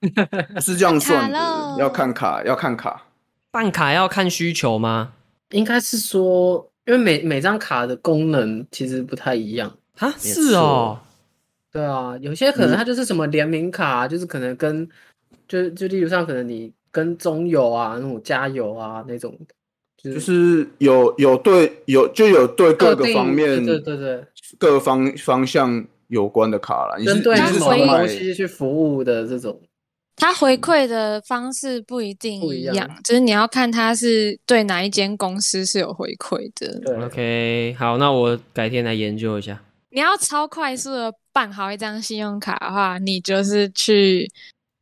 Speaker 2: 不是这样算
Speaker 3: 卡
Speaker 2: 的
Speaker 3: 喽，
Speaker 2: 要看卡，要看卡。
Speaker 1: 办卡要看需求吗？
Speaker 4: 应该是说，因为每每张卡的功能其实不太一样。
Speaker 1: 哈
Speaker 2: 没
Speaker 1: 是哦，
Speaker 4: 对啊，有些可能它就是什么联名卡啊、就是可能跟就就例如上可能你跟中友啊那种加油啊那种，就
Speaker 2: 就是有有对有就有对各个
Speaker 4: 定
Speaker 2: 方面
Speaker 4: 对对对
Speaker 2: 各个方方向有关的卡啦。你是
Speaker 4: 对，针对
Speaker 2: 你
Speaker 3: 它
Speaker 2: 是
Speaker 4: 某
Speaker 2: 说
Speaker 3: 回
Speaker 4: 个
Speaker 2: 买
Speaker 4: 东西去服务的这种，
Speaker 3: 他回馈的方式不一定
Speaker 4: 不一样
Speaker 3: 样，就是你要看他是对哪一间公司是有回馈的。
Speaker 4: 对
Speaker 1: 哦 OK，好，那我改天来研究一下。
Speaker 3: 你要超快速的办好一张信用卡的话，你就是去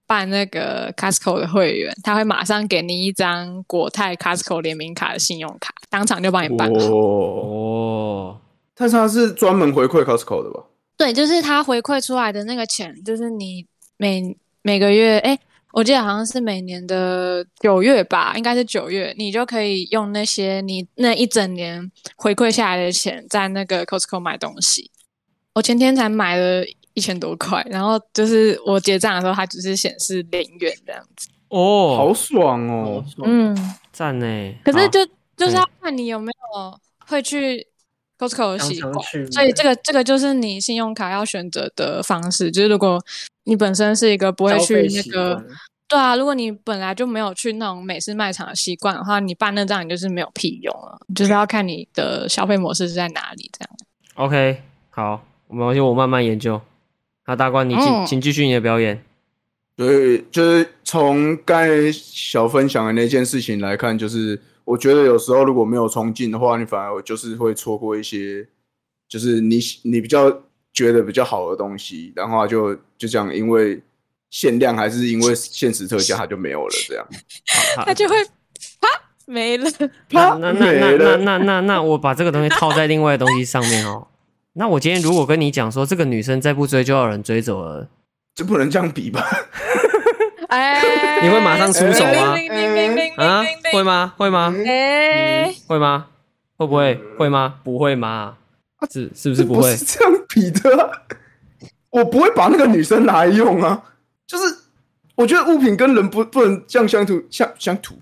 Speaker 3: 办那个 Costco 的会员，他会马上给你一张国泰 Costco 联名卡的信用卡，当场就帮你办好。
Speaker 2: 哦，
Speaker 1: 哦，
Speaker 2: 但是它是专门回馈 Costco 的吧？
Speaker 3: 对，就是他回馈出来的那个钱，就是你每每个月，哎，我记得好像是每年的九月吧，应该是九月，你就可以用那些你那一整年回馈下来的钱，在那个 Costco 买东西。我前天才买了一千多块，然后就是我结账的时候，它只是显示零元这样子。
Speaker 1: 哦
Speaker 2: 好，爽
Speaker 4: 哦
Speaker 2: 哦！，
Speaker 3: 嗯，
Speaker 1: 赞呢。
Speaker 3: 可是
Speaker 1: 好
Speaker 3: 就就是
Speaker 1: 嗯
Speaker 3: 要看你有没有会去 Costco 的
Speaker 4: 常
Speaker 3: 习惯
Speaker 4: 常。去买，
Speaker 3: 所以这个这个就是你信用卡要选择的方式，就是如果你本身是一个不会
Speaker 4: 消
Speaker 3: 去
Speaker 4: 费
Speaker 3: 那
Speaker 4: 习
Speaker 3: 个，
Speaker 4: 惯
Speaker 3: 对啊，如果你本来就没有去那种美式卖场的习惯的话，你办那张你就是没有屁用了，就是要看你的消费模式是在哪里这样。
Speaker 1: OK，好，没关系，我慢慢研究。好，大官，你请、
Speaker 3: 嗯
Speaker 1: 请继续你的表演。
Speaker 2: 所以就是从刚才小分享的那件事情来看，就是我觉得有时候如果没有冲劲的话，你反而就是会错过一些，就是你你比较觉得比较好的东西，然后它就就这样，因为限量还是因为限时特价，它就没有了。这样，
Speaker 3: 他就会啪没了，
Speaker 1: 那那那那
Speaker 2: 没
Speaker 1: 那
Speaker 2: 了
Speaker 1: 那那那，我把这个东西套在另外的东西上面哦。那我今天如果跟你讲说，这个女生再不追就要有人追走了，
Speaker 2: 这不能这样比吧？
Speaker 3: 哎，
Speaker 1: 你会马上出手吗
Speaker 3: 叮叮叮叮叮
Speaker 1: 啊
Speaker 3: 叮叮？
Speaker 1: 会？吗？嗯会吗？
Speaker 3: 哎，
Speaker 1: 会吗？会不会？会吗？不会吗？是是不是不
Speaker 2: 不
Speaker 1: 会
Speaker 2: 是？这样比的啊、我不会把那个女生拿来用啊。就是我觉得物品跟人不不能这样相图相相图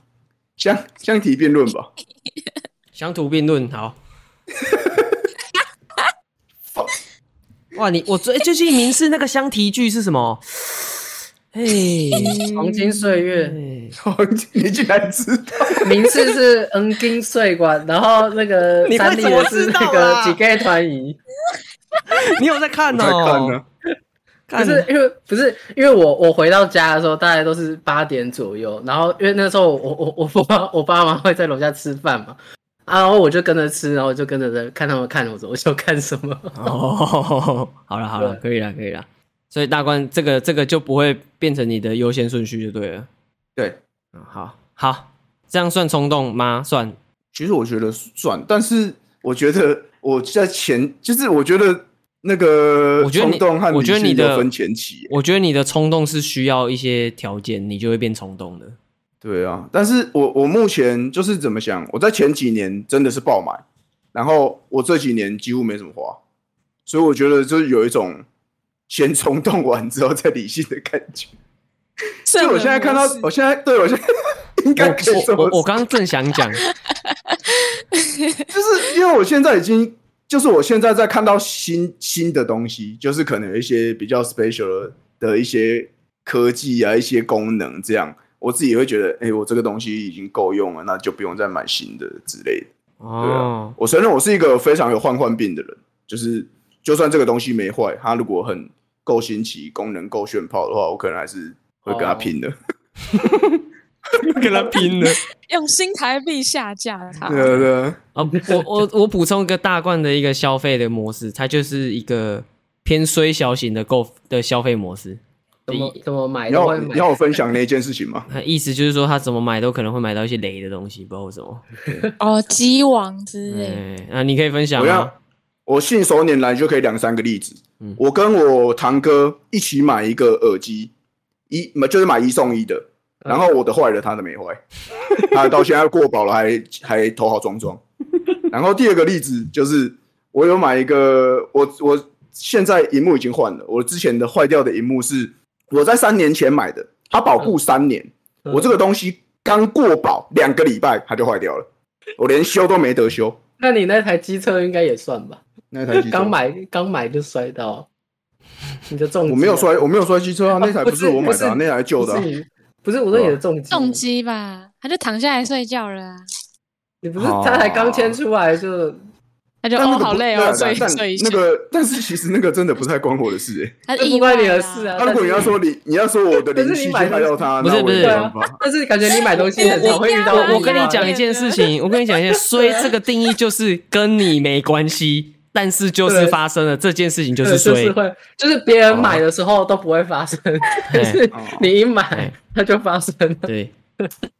Speaker 2: 相相提并论吧。
Speaker 1: 相图并论，好。哇，你我最、欸最近名是那个相提句是什么？哎、
Speaker 4: 黄金岁月，
Speaker 1: 哎
Speaker 2: 你竟然知道？
Speaker 4: 名次是恩金岁馆，然后那个
Speaker 1: 你
Speaker 4: 三
Speaker 1: 为
Speaker 4: 立
Speaker 1: 什么
Speaker 4: 的是
Speaker 1: 知道
Speaker 4: 那个
Speaker 1: 啦
Speaker 4: 几 K 团仪。
Speaker 1: 你有在看哦、
Speaker 2: 我在看呢、
Speaker 1: 看
Speaker 4: 不是因为不是因为我我回到家的时候大概都是八点左右，然后因为那时候我我我我爸我爸妈会在楼下吃饭嘛，啊，然后我就跟着吃，然后我就跟着在看他们看我，我就看什么，
Speaker 1: 哦，好了好了，
Speaker 4: 对
Speaker 1: 可以了可以了。所以大关这个这个就不会变成你的优先顺序就对了。
Speaker 2: 对，
Speaker 1: 嗯好好，这样算冲动吗？算。
Speaker 2: 其实我觉得算，但是我觉得我在前，就是我觉得那个
Speaker 1: 我觉得你
Speaker 2: 冲动和
Speaker 1: 我
Speaker 2: 理
Speaker 1: 觉得你
Speaker 2: 性
Speaker 1: 的
Speaker 2: 有分前期。
Speaker 1: 我觉得你的冲动是需要一些条件，你就会变冲动的。
Speaker 2: 对啊，但是我我目前就是怎么想，我在前几年真的是爆买，然后我这几年几乎没怎么花，所以我觉得就是有一种先冲动完之后再理性的感觉。所以我现在看到，我现在对我现在 应该可以这
Speaker 1: 我我
Speaker 2: 么啊
Speaker 1: 我我刚刚正想讲，
Speaker 2: 就是因为我现在已经，就是我现在在看到新新的东西，就是可能有一些比较 special 的一些科技啊，一些功能这样，我自己会觉得，哎、我这个东西已经够用了，那就不用再买新的之类的。
Speaker 1: 哦，
Speaker 2: 我承认我是一个非常有换换病的人，就是就算这个东西没坏，它如果很够新奇、功能够炫炮的话，我可能还是会跟它拼的。
Speaker 1: 跟他拼了。
Speaker 3: 用新台币下架它。
Speaker 2: 对对
Speaker 1: 啊，我我我补充一个大罐的一个消费的模式，它就是一个偏衰小型的购的消费模式。
Speaker 4: 怎么怎么买
Speaker 2: 你
Speaker 4: 都
Speaker 2: 要
Speaker 4: 会
Speaker 2: 你
Speaker 4: 买。
Speaker 2: 要我分享那件事情吗？
Speaker 1: 他意思就是说，他怎么买都可能会买到一些雷的东西，不知道为什么。
Speaker 3: 哦，鸡王之类的。
Speaker 1: 哎，啊，你可以分享
Speaker 2: 我
Speaker 1: 吗
Speaker 2: 要？我信手拈来就可以两三个例子。
Speaker 1: 嗯
Speaker 2: 我跟我堂哥一起买一个耳机，一就是买一送一的，
Speaker 4: 嗯
Speaker 2: 然后我的坏了，他的没 坏，他到现在过保了还还头好壮壮。然后第二个例子就是我有买一个，我我现在荧幕已经换了，我之前的坏掉的荧幕是我在三年前买的，它保固三年，
Speaker 4: 嗯
Speaker 2: 我这个东西刚过保两个礼拜它就坏掉了，我连修都没得修。
Speaker 4: 那你那台机车应该也算吧？
Speaker 2: 那台机车
Speaker 4: 刚买刚买就摔到，你的重击啊
Speaker 2: 我没有，摔，我没有摔机车啊，那台
Speaker 4: 哦不
Speaker 2: 不是我买的、啊，
Speaker 4: 不
Speaker 2: 那台旧的、啊
Speaker 4: 不。是你不是我说你的重击，
Speaker 3: 重，击吧，他就躺下来睡觉了啊、
Speaker 4: 你不是他
Speaker 2: 啊
Speaker 4: 才刚签出来就
Speaker 3: 他就
Speaker 2: 但那
Speaker 3: 哦
Speaker 2: 个不
Speaker 3: 好累
Speaker 2: 对
Speaker 3: 哦，
Speaker 2: 啊
Speaker 3: 睡
Speaker 2: 但
Speaker 3: 睡一觉
Speaker 2: 那。个，但是其实那个真的不太关我的 事哎、
Speaker 3: 他
Speaker 4: 这不
Speaker 3: 意
Speaker 4: 关
Speaker 3: 外
Speaker 4: 你的
Speaker 3: 啦
Speaker 4: 事啊
Speaker 2: 欸。啊，如果你要说你，你要说我的
Speaker 4: 可是
Speaker 2: 灵
Speaker 4: 你
Speaker 2: 气
Speaker 4: 买
Speaker 2: 害到他，
Speaker 1: 不是
Speaker 2: 那我也
Speaker 1: 不是
Speaker 2: 没办法。
Speaker 4: 但是感觉你买东西很常会遇到这种情
Speaker 3: 我
Speaker 4: 况。
Speaker 1: 我我跟你讲一件事情，我跟你讲一件，衰这个定义就是跟你没关系，但是就是
Speaker 4: 对
Speaker 1: 发生了这件事情就
Speaker 4: 对
Speaker 1: 是哦
Speaker 4: 就
Speaker 1: 衰
Speaker 4: 是。会，就是别人买的时候都不会发生， 但是
Speaker 1: 哦
Speaker 4: 你一买
Speaker 1: 哎
Speaker 4: 它就发生了。
Speaker 1: 对，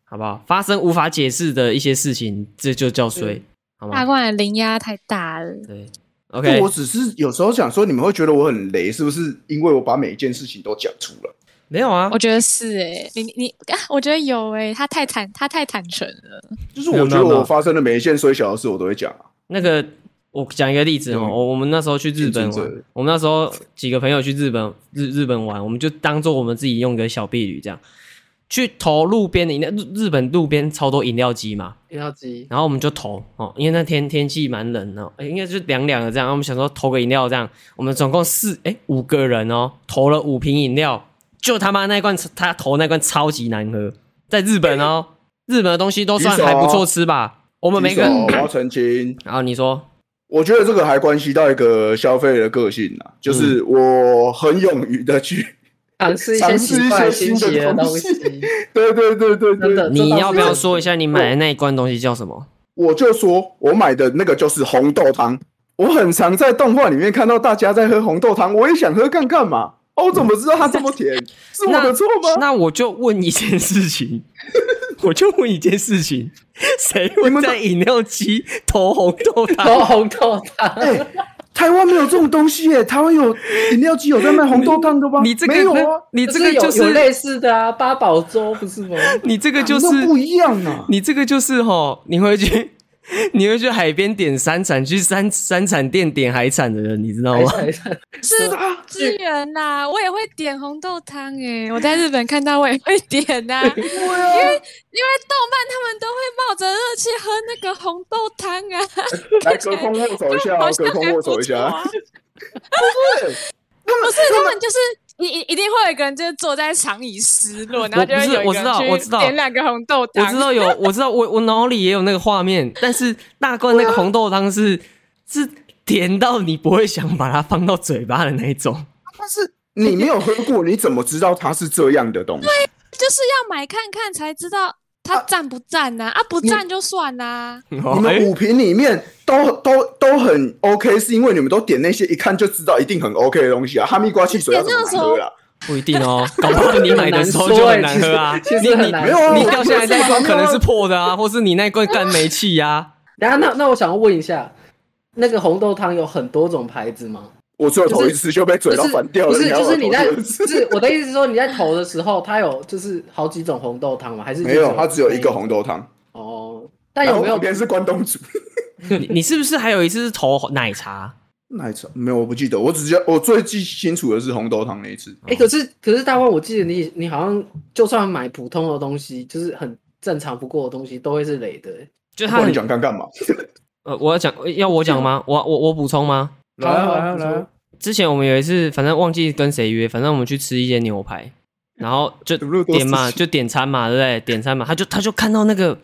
Speaker 1: 好不好？发生无法解释的一些事情，这就叫衰
Speaker 4: 嗯，
Speaker 1: 好
Speaker 3: 大
Speaker 1: 吗？
Speaker 3: 罐的零压太大了，
Speaker 1: 对
Speaker 2: 但
Speaker 1: ，OK，
Speaker 2: 我只是有时候想说，你们会觉得我很雷，是不是？因为我把每一件事情都讲出来。
Speaker 1: 没有啊
Speaker 3: 我，觉得是哎、你你啊，我觉得有哎、他太坦他太坦诚了，
Speaker 2: 就是
Speaker 1: 没有
Speaker 2: 我觉
Speaker 1: 没
Speaker 2: 得
Speaker 1: 有没有
Speaker 2: 我发生的每一件衰小的事，我都会讲啊。
Speaker 1: 那个我讲一个例子哦，
Speaker 2: 嗯
Speaker 1: 我我们那时候去日本
Speaker 2: 竞争
Speaker 1: 玩
Speaker 2: 者，
Speaker 1: 我们那时候几个朋友去日本日日本玩，我们就当做我们自己用个小婢女这样，去投路边的饮料，日日本路边超多饮料机嘛，
Speaker 4: 饮料机，
Speaker 1: 然后我们就投哦，因为那天天气蛮冷的、哦，诶应该就是凉凉的这样。然后我们想说投个饮料这样，我们总共四哎五个人哦，投了五瓶饮料，就他妈那一罐他投那罐超级难喝，在日本哦，日本的东西都算还不错吃吧？我
Speaker 2: 我
Speaker 1: 们每个
Speaker 2: 我要澄清，
Speaker 1: 然后你说
Speaker 2: 我觉得这个还关系到一个消费的个性啊，
Speaker 1: 嗯
Speaker 2: 就是我很勇于的去，
Speaker 4: 尝试一些
Speaker 2: 尝试
Speaker 4: 奇
Speaker 2: 一些
Speaker 4: 怪新
Speaker 2: 新
Speaker 4: 奇
Speaker 2: 的
Speaker 4: 的东
Speaker 2: 东
Speaker 4: 西
Speaker 2: 西。 对对对对
Speaker 4: 真
Speaker 2: 对，
Speaker 4: 的，
Speaker 1: 你
Speaker 4: 这倒是
Speaker 1: 要不要说一下你买的那一罐东西叫什么？
Speaker 2: 我就说我买的那个就是红豆汤。我很常在动画里面看到大家在喝红豆汤，我也想喝看看嘛。哦，我怎么知道它这么甜？是我的错吗？
Speaker 1: 那我就问一件事 情，我就问一件事情，谁
Speaker 2: 你
Speaker 1: 会
Speaker 2: 们啊
Speaker 1: 在饮料机投红 豆汤？
Speaker 4: 投红豆汤？
Speaker 2: 哎、台湾没有这种东西耶、台湾有饮料机有在卖红豆汤的吗？
Speaker 1: 你这个
Speaker 2: 没有
Speaker 1: 跟
Speaker 2: 啊，
Speaker 1: 你这个
Speaker 4: 有
Speaker 1: 就
Speaker 4: 有
Speaker 1: 是
Speaker 4: 类似的啊，八宝粥不是吗？
Speaker 1: 你这个就是
Speaker 2: 啊那不一样啊。
Speaker 1: 你这个就是吼，你会去 你会去海边点山产，去山山产店点海产的人，你知道吗？
Speaker 4: 还是
Speaker 3: 是
Speaker 2: 啊，
Speaker 3: 资源啦，我也会点红豆汤哎、我在日本看到我也会点 呐、因为因为动
Speaker 1: 啊
Speaker 3: 漫他们都会冒着热气喝那个红豆汤啊，
Speaker 2: 来隔空握手一下哦
Speaker 3: 好，像
Speaker 2: 隔空
Speaker 3: 还
Speaker 2: 握
Speaker 3: 不
Speaker 2: 手一
Speaker 3: 错
Speaker 2: 下。
Speaker 3: 啊 不是他们就是。一一一定会有一个人就是坐在长椅失落，然后就
Speaker 1: 不
Speaker 3: 会
Speaker 1: 是
Speaker 3: 有一
Speaker 1: 我
Speaker 3: 个
Speaker 1: 知道
Speaker 3: 人
Speaker 1: 我
Speaker 3: 去
Speaker 1: 知道
Speaker 3: 点两个红豆
Speaker 1: 我
Speaker 3: 汤。啊
Speaker 1: 知道有，我知道我我脑里也有那个画面，但是大罐那个红豆汤是、是甜到你不会想把它放到嘴巴的那一种。
Speaker 2: 但是你没有喝过，你怎么知道它是这样的东西？
Speaker 3: 就是要买看看才知道它赞不赞呐、啊，不赞就算啊啦、
Speaker 2: 你
Speaker 1: 你
Speaker 2: 们五瓶里面都都都很 OK，是因为你们都点那些一看就知道一定很 OK 的东西啊。哈密瓜汽水要怎么难喝啦？
Speaker 1: 不一定哦，搞不好你买的时候就很难喝啊。
Speaker 4: 其实其
Speaker 1: 你
Speaker 4: 实
Speaker 1: 你
Speaker 4: 很难
Speaker 2: 没有啊
Speaker 1: 你
Speaker 2: 我
Speaker 1: 掉下来那一罐可能是破的啊，或是你那一罐干没气啊呀、
Speaker 4: 然后那那我想要问一下，那个红豆汤有很多种牌子吗？
Speaker 2: 我只有头一次就被
Speaker 4: 不
Speaker 2: 嘴
Speaker 4: 是
Speaker 2: 到反掉了，
Speaker 4: 不是
Speaker 2: 还要
Speaker 4: 就是
Speaker 2: 我
Speaker 4: 你在
Speaker 2: 头一
Speaker 4: 就
Speaker 2: 次
Speaker 4: 是我的意思是说你在投的时候，它有就是好几种红豆汤吗？还是就
Speaker 2: 没有，它只有一个红豆汤，
Speaker 4: 哦？但
Speaker 2: 然
Speaker 4: 有
Speaker 2: 后
Speaker 4: 没有
Speaker 2: 旁边是关东 煮
Speaker 1: 你你是不是还有一次是投奶茶？
Speaker 2: 奶茶？没有，我不记得，我只记得我最记清楚的是红豆汤那一次。
Speaker 4: 哎、可是可是大万，我记得你你好像就算买普通的东西，就是很正常不过的东西，都会是雷的、欸。
Speaker 1: 就
Speaker 2: 不
Speaker 1: 他
Speaker 2: 然
Speaker 1: 很
Speaker 2: 你想看干嘛？
Speaker 1: 呃，我要讲要我讲吗？我我我补充吗？
Speaker 4: 来啊来啊来啊！
Speaker 1: 之前我们有一次，反正忘记跟谁约，反正我们去吃一间牛排，然后就
Speaker 2: 怎么那么多
Speaker 1: 点嘛，
Speaker 2: 事情
Speaker 1: 就点餐嘛，对不对？点餐嘛，他就他就看到那个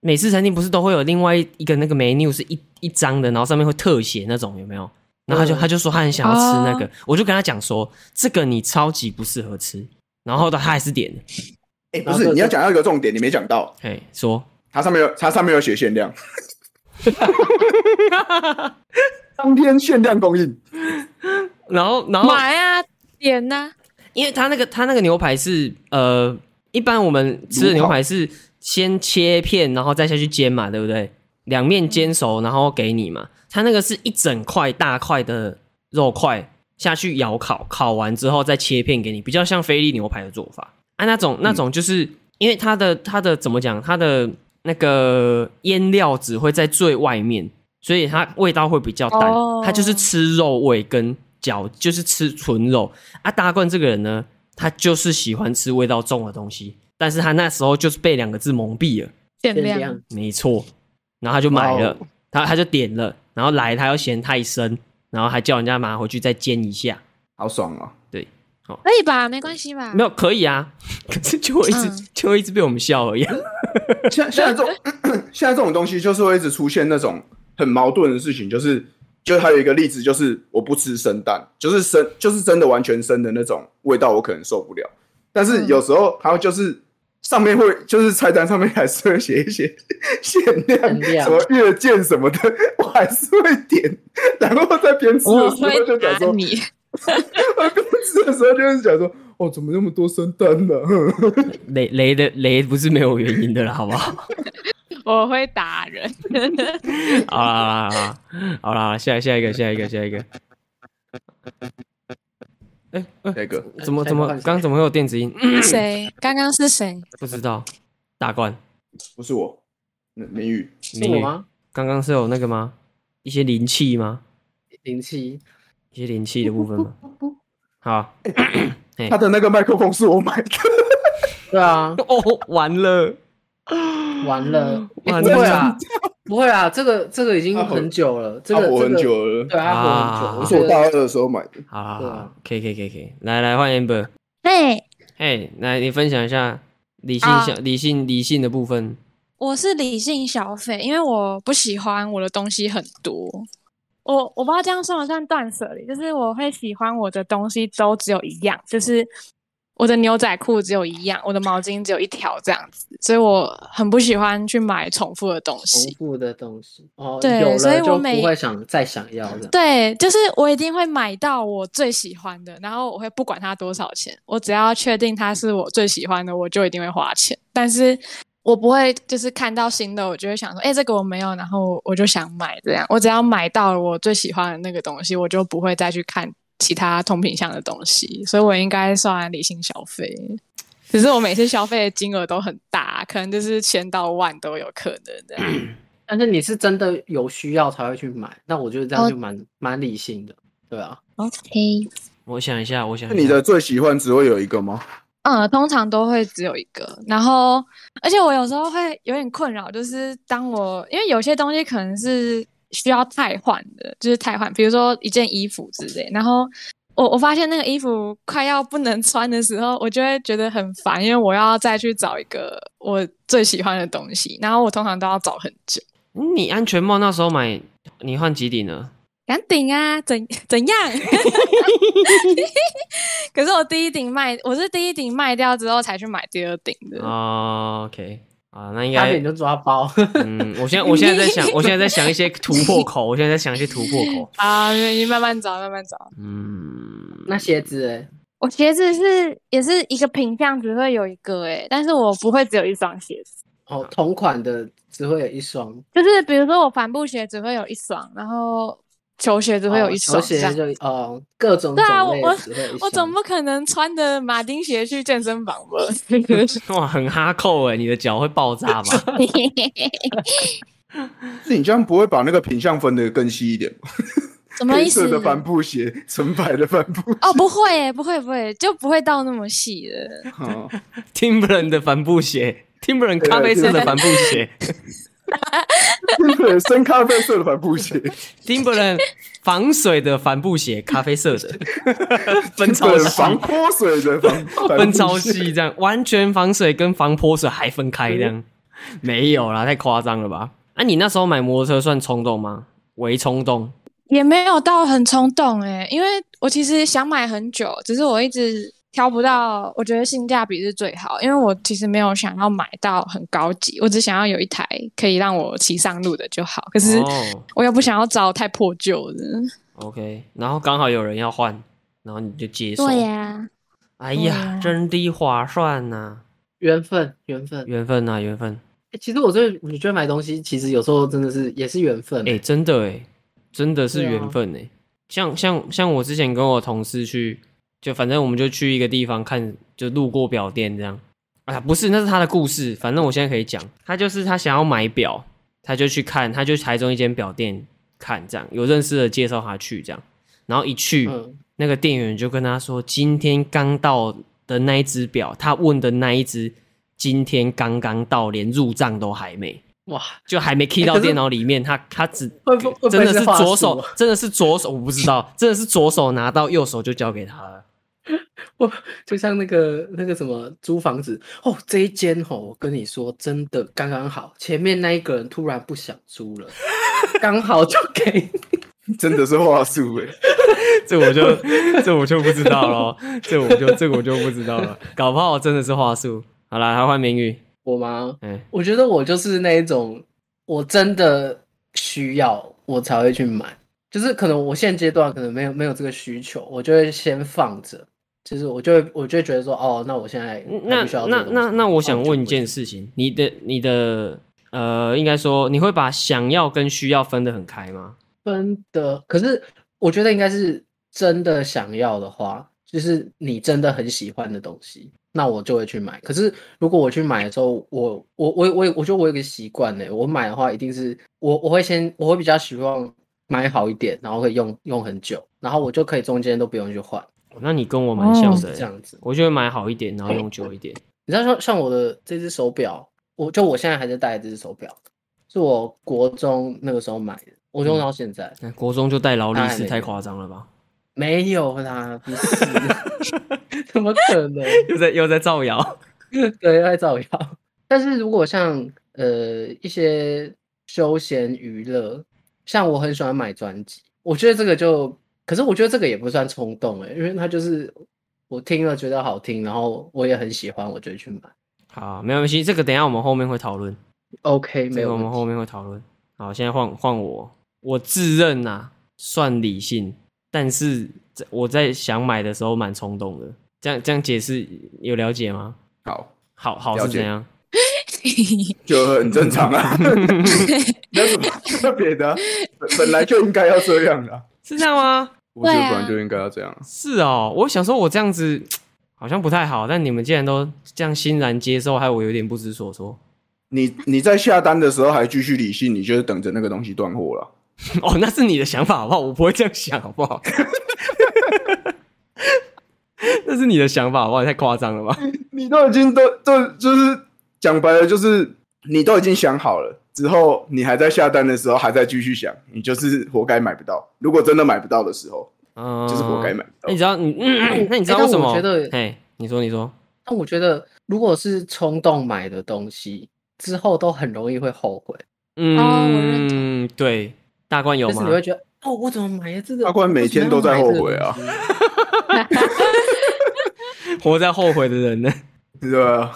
Speaker 1: 美式餐厅不是都会有另外一个那个 menu 是一一张的，然后上面会特写那种，有没有？然后他就
Speaker 4: 嗯
Speaker 1: 他就说他很想要吃那个，我就跟他讲说这个你超级不适合吃，然后他还是点了，
Speaker 2: 哎，不
Speaker 4: 然后
Speaker 2: 是，
Speaker 4: 就
Speaker 2: 你要讲到一个重点，你没讲到，
Speaker 1: 哎，说
Speaker 2: 它上面有它上面有写限 量，当天限量供应。
Speaker 1: 然后然后
Speaker 3: 哦买啊，点呐、
Speaker 1: 因为它那个它那个牛排是呃，一般我们吃的牛排是先切片，然后再下去煎嘛，对不对？两面煎熟，然后给你嘛。它那个是一整块大块的肉块下去窑烤，烤完之后再切片给你，比较像菲力牛排的做法。啊，那
Speaker 2: 嗯
Speaker 1: 种那种就是、因为它的它的怎么讲，它的那个腌料只会在最外面，所以它味道会比较淡。
Speaker 3: 哦
Speaker 1: 它就是吃肉味跟嚼，就是吃纯肉。啊，大冠这个人呢，他就是喜欢吃味道重的东西，但是他那时候就是被两个字蒙蔽了，
Speaker 3: 限
Speaker 4: 限
Speaker 3: 量
Speaker 4: 量
Speaker 1: 没错。然后他就买了
Speaker 2: 哇哦，
Speaker 1: 他他就点了，然后来他又嫌太生，然后还叫人家拿回去再煎一下。
Speaker 2: 好爽哦！
Speaker 3: 可以吧？没关系吧？
Speaker 1: 没有可以啊，可是就会一直、
Speaker 3: 嗯
Speaker 1: 就会一直被我们笑而已啊。
Speaker 2: 现在现在这种 现在这种东西，就是会一直出现那种很矛盾的事情，就是就还有一个例子，就是我不吃生蛋，就是生就是真的完全生的那种味道，我可能受不了。但
Speaker 4: 嗯
Speaker 2: 是有时候它就是上面会就是菜单上面还是会写一 些限量
Speaker 4: 限量
Speaker 2: 什么月见什么的，我还是会点。然后在边吃的
Speaker 3: 我
Speaker 2: 时候就想
Speaker 3: 打
Speaker 2: 说，
Speaker 3: 你，
Speaker 2: 在边吃的时候就是想说，哦，怎么那么多生蛋呢、
Speaker 1: 雷雷的雷不是没有原因的啦，好不好？
Speaker 3: 我会打人。
Speaker 1: 好啦好啦好啦好啦，下下一个下一个下一个。哎、哎、
Speaker 2: 那个
Speaker 1: 怎么
Speaker 4: 下
Speaker 1: 怎
Speaker 4: 一个
Speaker 1: 么
Speaker 4: 换谁
Speaker 1: 刚怎么会有电子音？
Speaker 3: 谁？刚刚是谁？
Speaker 1: 不知道，大冠
Speaker 2: 不是我，那美女。
Speaker 4: 是
Speaker 1: 美
Speaker 4: 我
Speaker 1: 女
Speaker 4: 吗？
Speaker 1: 刚刚是有那个吗？一些灵气吗？
Speaker 4: 零七，
Speaker 1: 一些灵气的部 分吗？好，
Speaker 2: 他的那个麦克风是我买的，
Speaker 4: 对啊，
Speaker 1: 哦，完了，
Speaker 4: 完了，诶
Speaker 1: 完
Speaker 4: 不
Speaker 1: 了
Speaker 4: 会啊，不会啊，这个这个已经
Speaker 2: 阿火
Speaker 4: 很久了，这
Speaker 2: 他
Speaker 4: 个
Speaker 2: 活很，
Speaker 4: 这个
Speaker 2: 久了。
Speaker 4: 对啊，阿火
Speaker 1: 啊
Speaker 4: 很
Speaker 2: 是
Speaker 4: 久，
Speaker 2: 我
Speaker 4: 我觉
Speaker 2: 大
Speaker 4: 得
Speaker 2: 二的时候买的。
Speaker 1: 好好
Speaker 4: 对
Speaker 1: 好
Speaker 4: 啊，
Speaker 1: 可以可以可以可以，来来换 amber，
Speaker 3: 对，
Speaker 1: 哎，来你分享一下理性
Speaker 3: 啊
Speaker 1: 小理性理性的部分，
Speaker 3: 我是理性消费，因为我不喜欢我的东西很多。我我不知道这样算不算断舍离，就是我会喜欢我的东西都只有一样，就是我的牛仔裤只有一样，我的毛巾只有一条这样子，所以我很不喜欢去买重复的东
Speaker 4: 重
Speaker 3: 西。
Speaker 4: 复的东西哦，
Speaker 3: 对
Speaker 4: 有
Speaker 3: 所以
Speaker 4: 了
Speaker 3: 我
Speaker 4: 就
Speaker 3: 每
Speaker 4: 不会想再想要的。
Speaker 3: 对，就是我一定会买到我最喜欢的，然后我会不管它多少钱，我只要确定它是我最喜欢的，我就一定会花钱。但是我不会就是看到新的，我就会想说，哎、这个我没有，然后我就想买这样。我只要买到了我最喜欢的那个东西，我就不会再去看其他同品项的东西，所以我应该算理性消费。只是我每次消费的金额都很大，可能就是千到万都有可能这样。
Speaker 4: 但是你是真的有需要才会去买，那我觉得这样
Speaker 3: 哦
Speaker 4: 就蛮蛮理性的，对啊。
Speaker 1: 哦
Speaker 3: OK，
Speaker 1: 我想一下，我想
Speaker 2: 那
Speaker 1: 一
Speaker 2: 你
Speaker 1: 下
Speaker 4: 嗯
Speaker 2: 的最喜欢只会有一个吗？
Speaker 3: 嗯，通常都会只有一个。然后，而且我有时候会有点困扰，就是当我因为有些东西可能是需要汰换的，就是汰换，比如说一件衣服之类。然后我我发现那个衣服快要不能穿的时候，我就会觉得很烦，因为我要再去找一个我最喜欢的东西，然后我通常都要找很久。
Speaker 1: 你安全帽那时候买，你换几顶呢？
Speaker 3: 两顶啊，怎怎样？ 可是我第一顶卖，我是第一顶卖掉之后才去买第二顶的。
Speaker 1: 啊，OK，啊，那应
Speaker 4: 差
Speaker 1: 该
Speaker 4: 点就抓包，
Speaker 1: 嗯，我现在我现在在想，我现在在想一些突破口，我现在在想一些突破口。
Speaker 3: 啊，你慢慢找，慢慢找。
Speaker 1: 嗯，
Speaker 4: 那鞋子哎，
Speaker 3: 我鞋子是也是一个品相，只会有一个诶、但是我不会只有一双鞋子，
Speaker 4: 哦，同款的只会有一双，
Speaker 3: 就是比如说我帆布鞋只会有一双，然后球鞋只会有
Speaker 4: 哦
Speaker 3: 一
Speaker 4: 球
Speaker 3: 双、这
Speaker 4: 鞋
Speaker 3: 样。
Speaker 4: 就哦各种
Speaker 3: 对啊
Speaker 4: 种类
Speaker 3: 我
Speaker 4: 只会有一
Speaker 3: 我
Speaker 4: 双。
Speaker 3: 总不可能穿着马丁鞋去健身房吧？
Speaker 1: 哇，很哈扣哎，你的脚会爆炸吧？
Speaker 2: 是你这样不会把那个品相分得更细一点吗？
Speaker 3: 什么
Speaker 2: 黑
Speaker 3: 意思
Speaker 2: 色？的帆布鞋，纯白的帆布 鞋。
Speaker 3: 哦，不会欸、不会，不会，就不会到那么细的。
Speaker 2: 哦
Speaker 1: Timberland 的帆布鞋，Timberland 咖啡色的帆布鞋
Speaker 2: 对，深咖啡色的帆布 鞋，
Speaker 1: ，Timberland 防水的帆布鞋，咖啡色 的，分超
Speaker 2: 对，
Speaker 1: 细，
Speaker 2: 防泼水的帆帆
Speaker 1: 分
Speaker 2: 布
Speaker 1: 超
Speaker 2: 鞋。
Speaker 1: 细，这样完全防水跟防泼水还分开这样，没有啦，太夸张了吧？啊，你那时候买摩托车算冲动吗？为冲动，
Speaker 3: 也没有到很冲动诶、因为我其实想买很久，只是我一直挑不到，我觉得性价比是最好，因为我其实没有想要买到很高级，我只想要有一台可以让我骑上路的就好。可是
Speaker 1: 哦
Speaker 3: 我又不想要找太破旧的。啊
Speaker 1: OK，然后刚好有人要换，然后你就接手。
Speaker 3: 呀、
Speaker 1: 哎
Speaker 3: 对
Speaker 1: 呀，
Speaker 3: 啊
Speaker 1: 真的划算呐、
Speaker 4: 缘分，缘分。
Speaker 1: 缘分呐、缘分。
Speaker 4: 欸其实我这我觉得买东西，其实有时候真的是也是缘分
Speaker 1: 哎、
Speaker 4: 欸。
Speaker 1: 真的哎、真的是
Speaker 4: 对啊
Speaker 1: 缘分哎、像像像我之前跟我同事去，就反正我们就去一个地方看，就路过表店这样。啊，不是，那是他的故事，反正我现在可以讲。他就是他想要买表，他就去看，他就去台中一间表店看，这样有认识的介绍他去这样。然后一去，
Speaker 4: 嗯，
Speaker 1: 那个店员就跟他说，今天刚到的那一只表，他问的那一只，今天刚刚到，连入账都还没。
Speaker 4: 哇，
Speaker 1: 就还没 key
Speaker 4: 哎可
Speaker 1: 到
Speaker 4: 是
Speaker 1: 电脑里面，他他只
Speaker 4: 会不会不会
Speaker 1: 真的
Speaker 4: 是
Speaker 1: 是
Speaker 4: 话术
Speaker 1: 左手
Speaker 4: 啊，
Speaker 1: 真的是左手，我不知道，真的是左手拿到，右手就交给他了。
Speaker 4: 我就像那个那个什么租房子哦，这一间哦，我跟你说，真的刚刚好，前面那一个人突然不想租了，刚好就给 你。
Speaker 2: 真的是话术哎、
Speaker 1: 这我就 这我就不知道咯，这我就这个我就不知道了，搞不好真的是话术。好了，还换明宇，
Speaker 4: 我吗？
Speaker 1: 嗯，
Speaker 4: 我觉得我就是那一种，我真的需要我才会去买，就是可能我现阶段可能没有没有这个需求，我就会先放着。就是我就会我就会觉得说，哦，那我现在还
Speaker 1: 那
Speaker 4: 不需要这个
Speaker 1: 那
Speaker 4: 东
Speaker 1: 那
Speaker 4: 西
Speaker 1: 那，我
Speaker 4: 然
Speaker 1: 想
Speaker 4: 后就
Speaker 1: 问
Speaker 4: 不
Speaker 1: 一
Speaker 4: 会
Speaker 1: 件事情，你的你的呃，应该说你会把想要跟需要分得很开吗？
Speaker 4: 分的，可是我觉得应该是真的想要的话，就是你真的很喜欢的东西，那我就会去买。可是如果我去买的时候，我我我我我觉得我有一个习惯呢，我买的话一定是我我会先我会比较希望买好一点，然后可以用用很久，然后我就可以中间都不用去换，
Speaker 1: 那你跟我蛮像
Speaker 3: 哦
Speaker 1: 的、哎
Speaker 4: 是这样子。
Speaker 1: 我就会买好一点，然后用久一 点。
Speaker 4: 你知道像像我的这只手表，我就我现在还在戴的这只手表，是我国中那个时候买的，我用到现在。
Speaker 1: 那国中就戴劳力
Speaker 4: 哎
Speaker 1: 士，
Speaker 4: 没
Speaker 1: 太
Speaker 4: 有
Speaker 1: 夸张了吧？
Speaker 4: 没有啦，不是，怎么可能？
Speaker 1: 又在又在造谣。
Speaker 4: 对，爱造谣。但是如果像呃一些休闲娱乐，像我很喜欢买专辑，我觉得这个就，可是我觉得这个也不算冲动欸诶、因为它就是我听了觉得好听，然后我也很喜欢，我就会去买。
Speaker 1: 好，没有关系，这个等一下我们后面会讨论，
Speaker 4: OK，没
Speaker 1: 这个
Speaker 4: 有
Speaker 1: 我
Speaker 4: 问
Speaker 1: 们后
Speaker 4: 题。
Speaker 1: 面会讨论。好，现在换换我，我自认呐、算理性，但是在我在想买的时候蛮冲动的。这样这样解释有了解吗？
Speaker 2: 好，
Speaker 1: 好好
Speaker 2: 了
Speaker 1: 是
Speaker 2: 解
Speaker 1: 怎样？
Speaker 2: 就很正常 啊，没有什么特别的啊、本本来就应该要这样的啊、
Speaker 1: 是这样吗？
Speaker 2: 我觉得
Speaker 3: 对啊
Speaker 2: 本来就应该要这样啊。
Speaker 1: 是哦，我想说我这样子好像不太好，但你们既然都这样欣然接受，害我有点不知所措。
Speaker 2: 你你在下单的时候还继续理性，你就是等着那个东西断货了。
Speaker 1: 哦，那是你的想法好不好？我不会这样想好不好？ 那是你的想法好不好？太夸张了吧？
Speaker 2: 你都已经都这就是讲白了，就是你都已经想好了之后，你还在下单的时候还在继续想，你就是活该买不到。如果真的买不到的时候，
Speaker 1: 嗯，
Speaker 2: 就是活该买不
Speaker 1: 那
Speaker 2: 到
Speaker 1: 你。知道你，嗯那你知道
Speaker 4: 哎但
Speaker 1: 为什么？
Speaker 4: 我觉得
Speaker 1: 哎，你说你说，
Speaker 4: 但我觉得如果是冲动买的东西，之后都很容易会后悔，哦
Speaker 3: 我认
Speaker 1: 嗯，对，大冠有
Speaker 4: 就是
Speaker 1: 吗
Speaker 4: 你？会觉得哦，我怎么买了这个？
Speaker 2: 大冠每天都在后悔啊
Speaker 4: 为什么要买这个东西。
Speaker 1: 活在后悔的人呢？
Speaker 2: 对啊，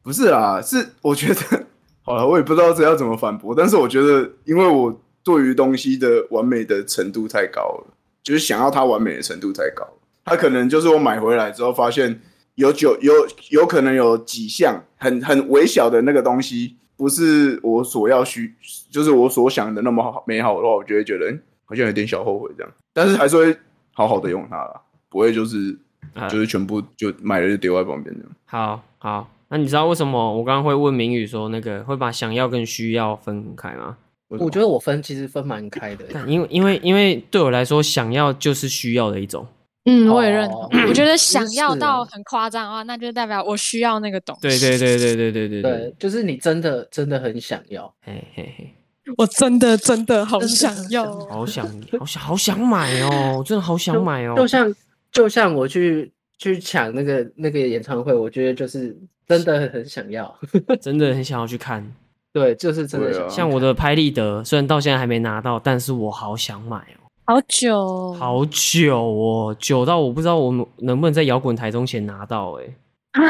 Speaker 2: 不是啊，是我觉得好了，我也不知道这要怎么反驳，但是我觉得，因为我对于东西的完美的程度太高了，就是想要它完美的程度太高了。它可能就是我买回来之后发现有九有有可能有几项很很微小的那个东西，不是我所要需，就是我所想的那么好美好的话，我就会觉得、嗯好像有点小后悔这样，但是还是会好好的用它啦，不会就是
Speaker 1: 啊
Speaker 2: 就是全部就买了就丢在旁边这样。
Speaker 1: 好好，那你知道为什么我刚刚会问明宇说那个会把想要跟需要分很开吗？
Speaker 2: 为什么
Speaker 4: 我觉得我分其实分蛮开的欸，
Speaker 1: 干因为因为因为对我来说，想要就是需要的一种。
Speaker 3: 嗯，我也认同
Speaker 4: 哦。
Speaker 3: 我觉得
Speaker 4: 其实
Speaker 3: 想要
Speaker 4: 是
Speaker 3: 到
Speaker 4: 哦
Speaker 3: 很夸张的话，那就代表我需要那个东西。
Speaker 1: 对对对对对对对
Speaker 4: 对，，就是你真的真的很想要，
Speaker 1: 嘿嘿嘿，
Speaker 3: 我真的真的好
Speaker 4: 真的
Speaker 3: 想
Speaker 4: 很
Speaker 3: 要
Speaker 4: 想
Speaker 3: 哦。
Speaker 1: 好想好想好想买哦，真的好想买哦。
Speaker 4: 就像就像我去去抢那个那个演唱会，我觉得就是真的很想要，
Speaker 1: 真的很想要去看。
Speaker 4: 对，就是真的
Speaker 2: 对
Speaker 4: 想
Speaker 2: 啊
Speaker 1: 像我的拍立得，虽然到现在还没拿到，但是我好想买哦，
Speaker 3: 好久哦，
Speaker 1: 好久哦，久到我不知道我们能不能在摇滚台中前拿到哎、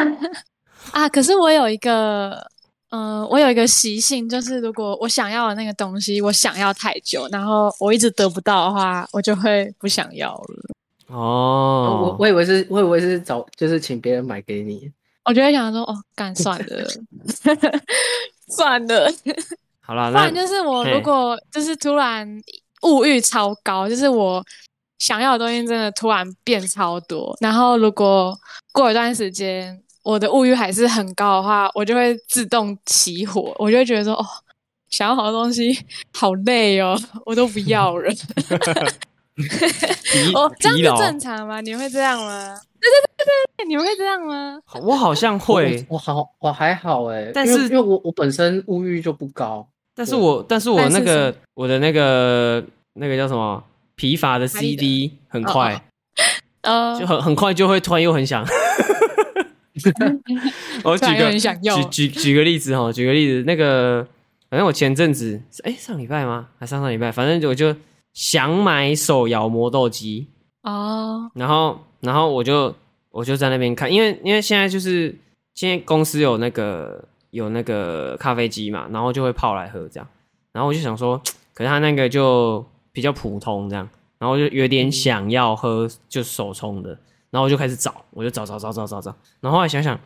Speaker 3: 啊！可是我有一个，嗯、我有一个习性，就是如果我想要的那个东西，我想要太久，然后我一直得不到的话，我就会不想要了。
Speaker 1: 哦
Speaker 4: 我，我以为是，我以为是找就是请别人买给你，
Speaker 3: 我就会想说，哦，干算了， 算了。
Speaker 1: 好啦，
Speaker 3: 不
Speaker 1: 那
Speaker 3: 然就是我
Speaker 1: 嘿
Speaker 3: 如果就是突然物欲超高，就是我想要的东西真的突然变超多，然后如果过一段时间我的物欲还是很高的话，我就会自动起火，我就会觉得说哦，想要好多东西好累哦，我都不要 了。
Speaker 1: 疲
Speaker 3: 哦，这
Speaker 1: 疲
Speaker 3: 样
Speaker 1: 劳
Speaker 3: 是正常吗？你们会这样吗？对对对对对，你们会这样吗？
Speaker 1: 我好像会，
Speaker 4: 我我好我还好哎、欸，
Speaker 1: 但
Speaker 4: 因为
Speaker 1: 是
Speaker 4: 因为我我本身物欲就不高，
Speaker 1: 但是我但是我
Speaker 3: 但是
Speaker 1: 那个
Speaker 3: 什么
Speaker 1: 我的那个那个叫什么疲乏的
Speaker 3: 哪里的
Speaker 1: CD 很
Speaker 3: 哦
Speaker 1: 快
Speaker 3: 呃
Speaker 1: 就，很很快就会突然又很 想。我
Speaker 3: 突
Speaker 1: 举
Speaker 3: 然
Speaker 1: 个
Speaker 3: 又很想要了
Speaker 1: 举举举个例子哈，举个例子，那个反正我前阵子哎、上礼拜吗？还上上礼拜，反正我就想买手摇磨豆机，
Speaker 3: 哦，
Speaker 1: 然后然后我就我就在那边看，因为因为现在就是现在公司有那个有那个咖啡机嘛，然后就会泡来喝这样，然后我就想说，可是它那个就比较普通这样，然后我就有点想要喝就手冲的，然后我就开始找，我就找找找找找找，然后后来想想，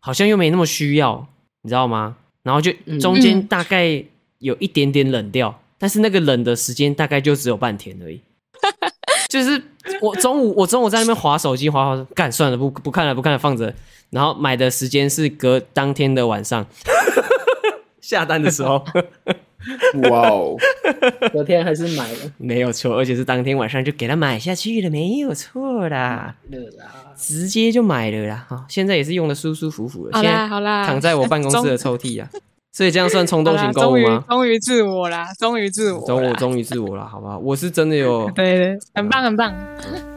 Speaker 1: 好像又没那么需要，你知道吗？然后就
Speaker 4: 嗯
Speaker 1: 中间
Speaker 3: 嗯
Speaker 1: 大概有一点点冷掉，但是那个冷的时间大概就只有半天而已。就是我中午我中午在那边划手机划划，干算了不不看了不看了放着，然后买的时间是隔当天的晚上 下单的时候，
Speaker 2: 哇哦，
Speaker 4: 昨天还是买 了
Speaker 1: 没有错，而且是当天晚上就给他买下去了，没有错啦，
Speaker 4: 了啦。
Speaker 1: 直接就买了啦。好，现在也是用的舒舒服服的，
Speaker 3: 好
Speaker 1: 现
Speaker 3: 啦
Speaker 1: 在
Speaker 3: 好啦，
Speaker 1: 躺在我办公室的抽屉啊，所以这样算冲动
Speaker 3: 好
Speaker 1: 型
Speaker 3: 啦
Speaker 1: 购物
Speaker 3: 终于
Speaker 1: 吗？
Speaker 3: 终于自我啦，终于自我
Speaker 1: 终
Speaker 3: 啦
Speaker 1: 我 终于自我了，好不好？我是真的有
Speaker 3: 对对，很棒很棒。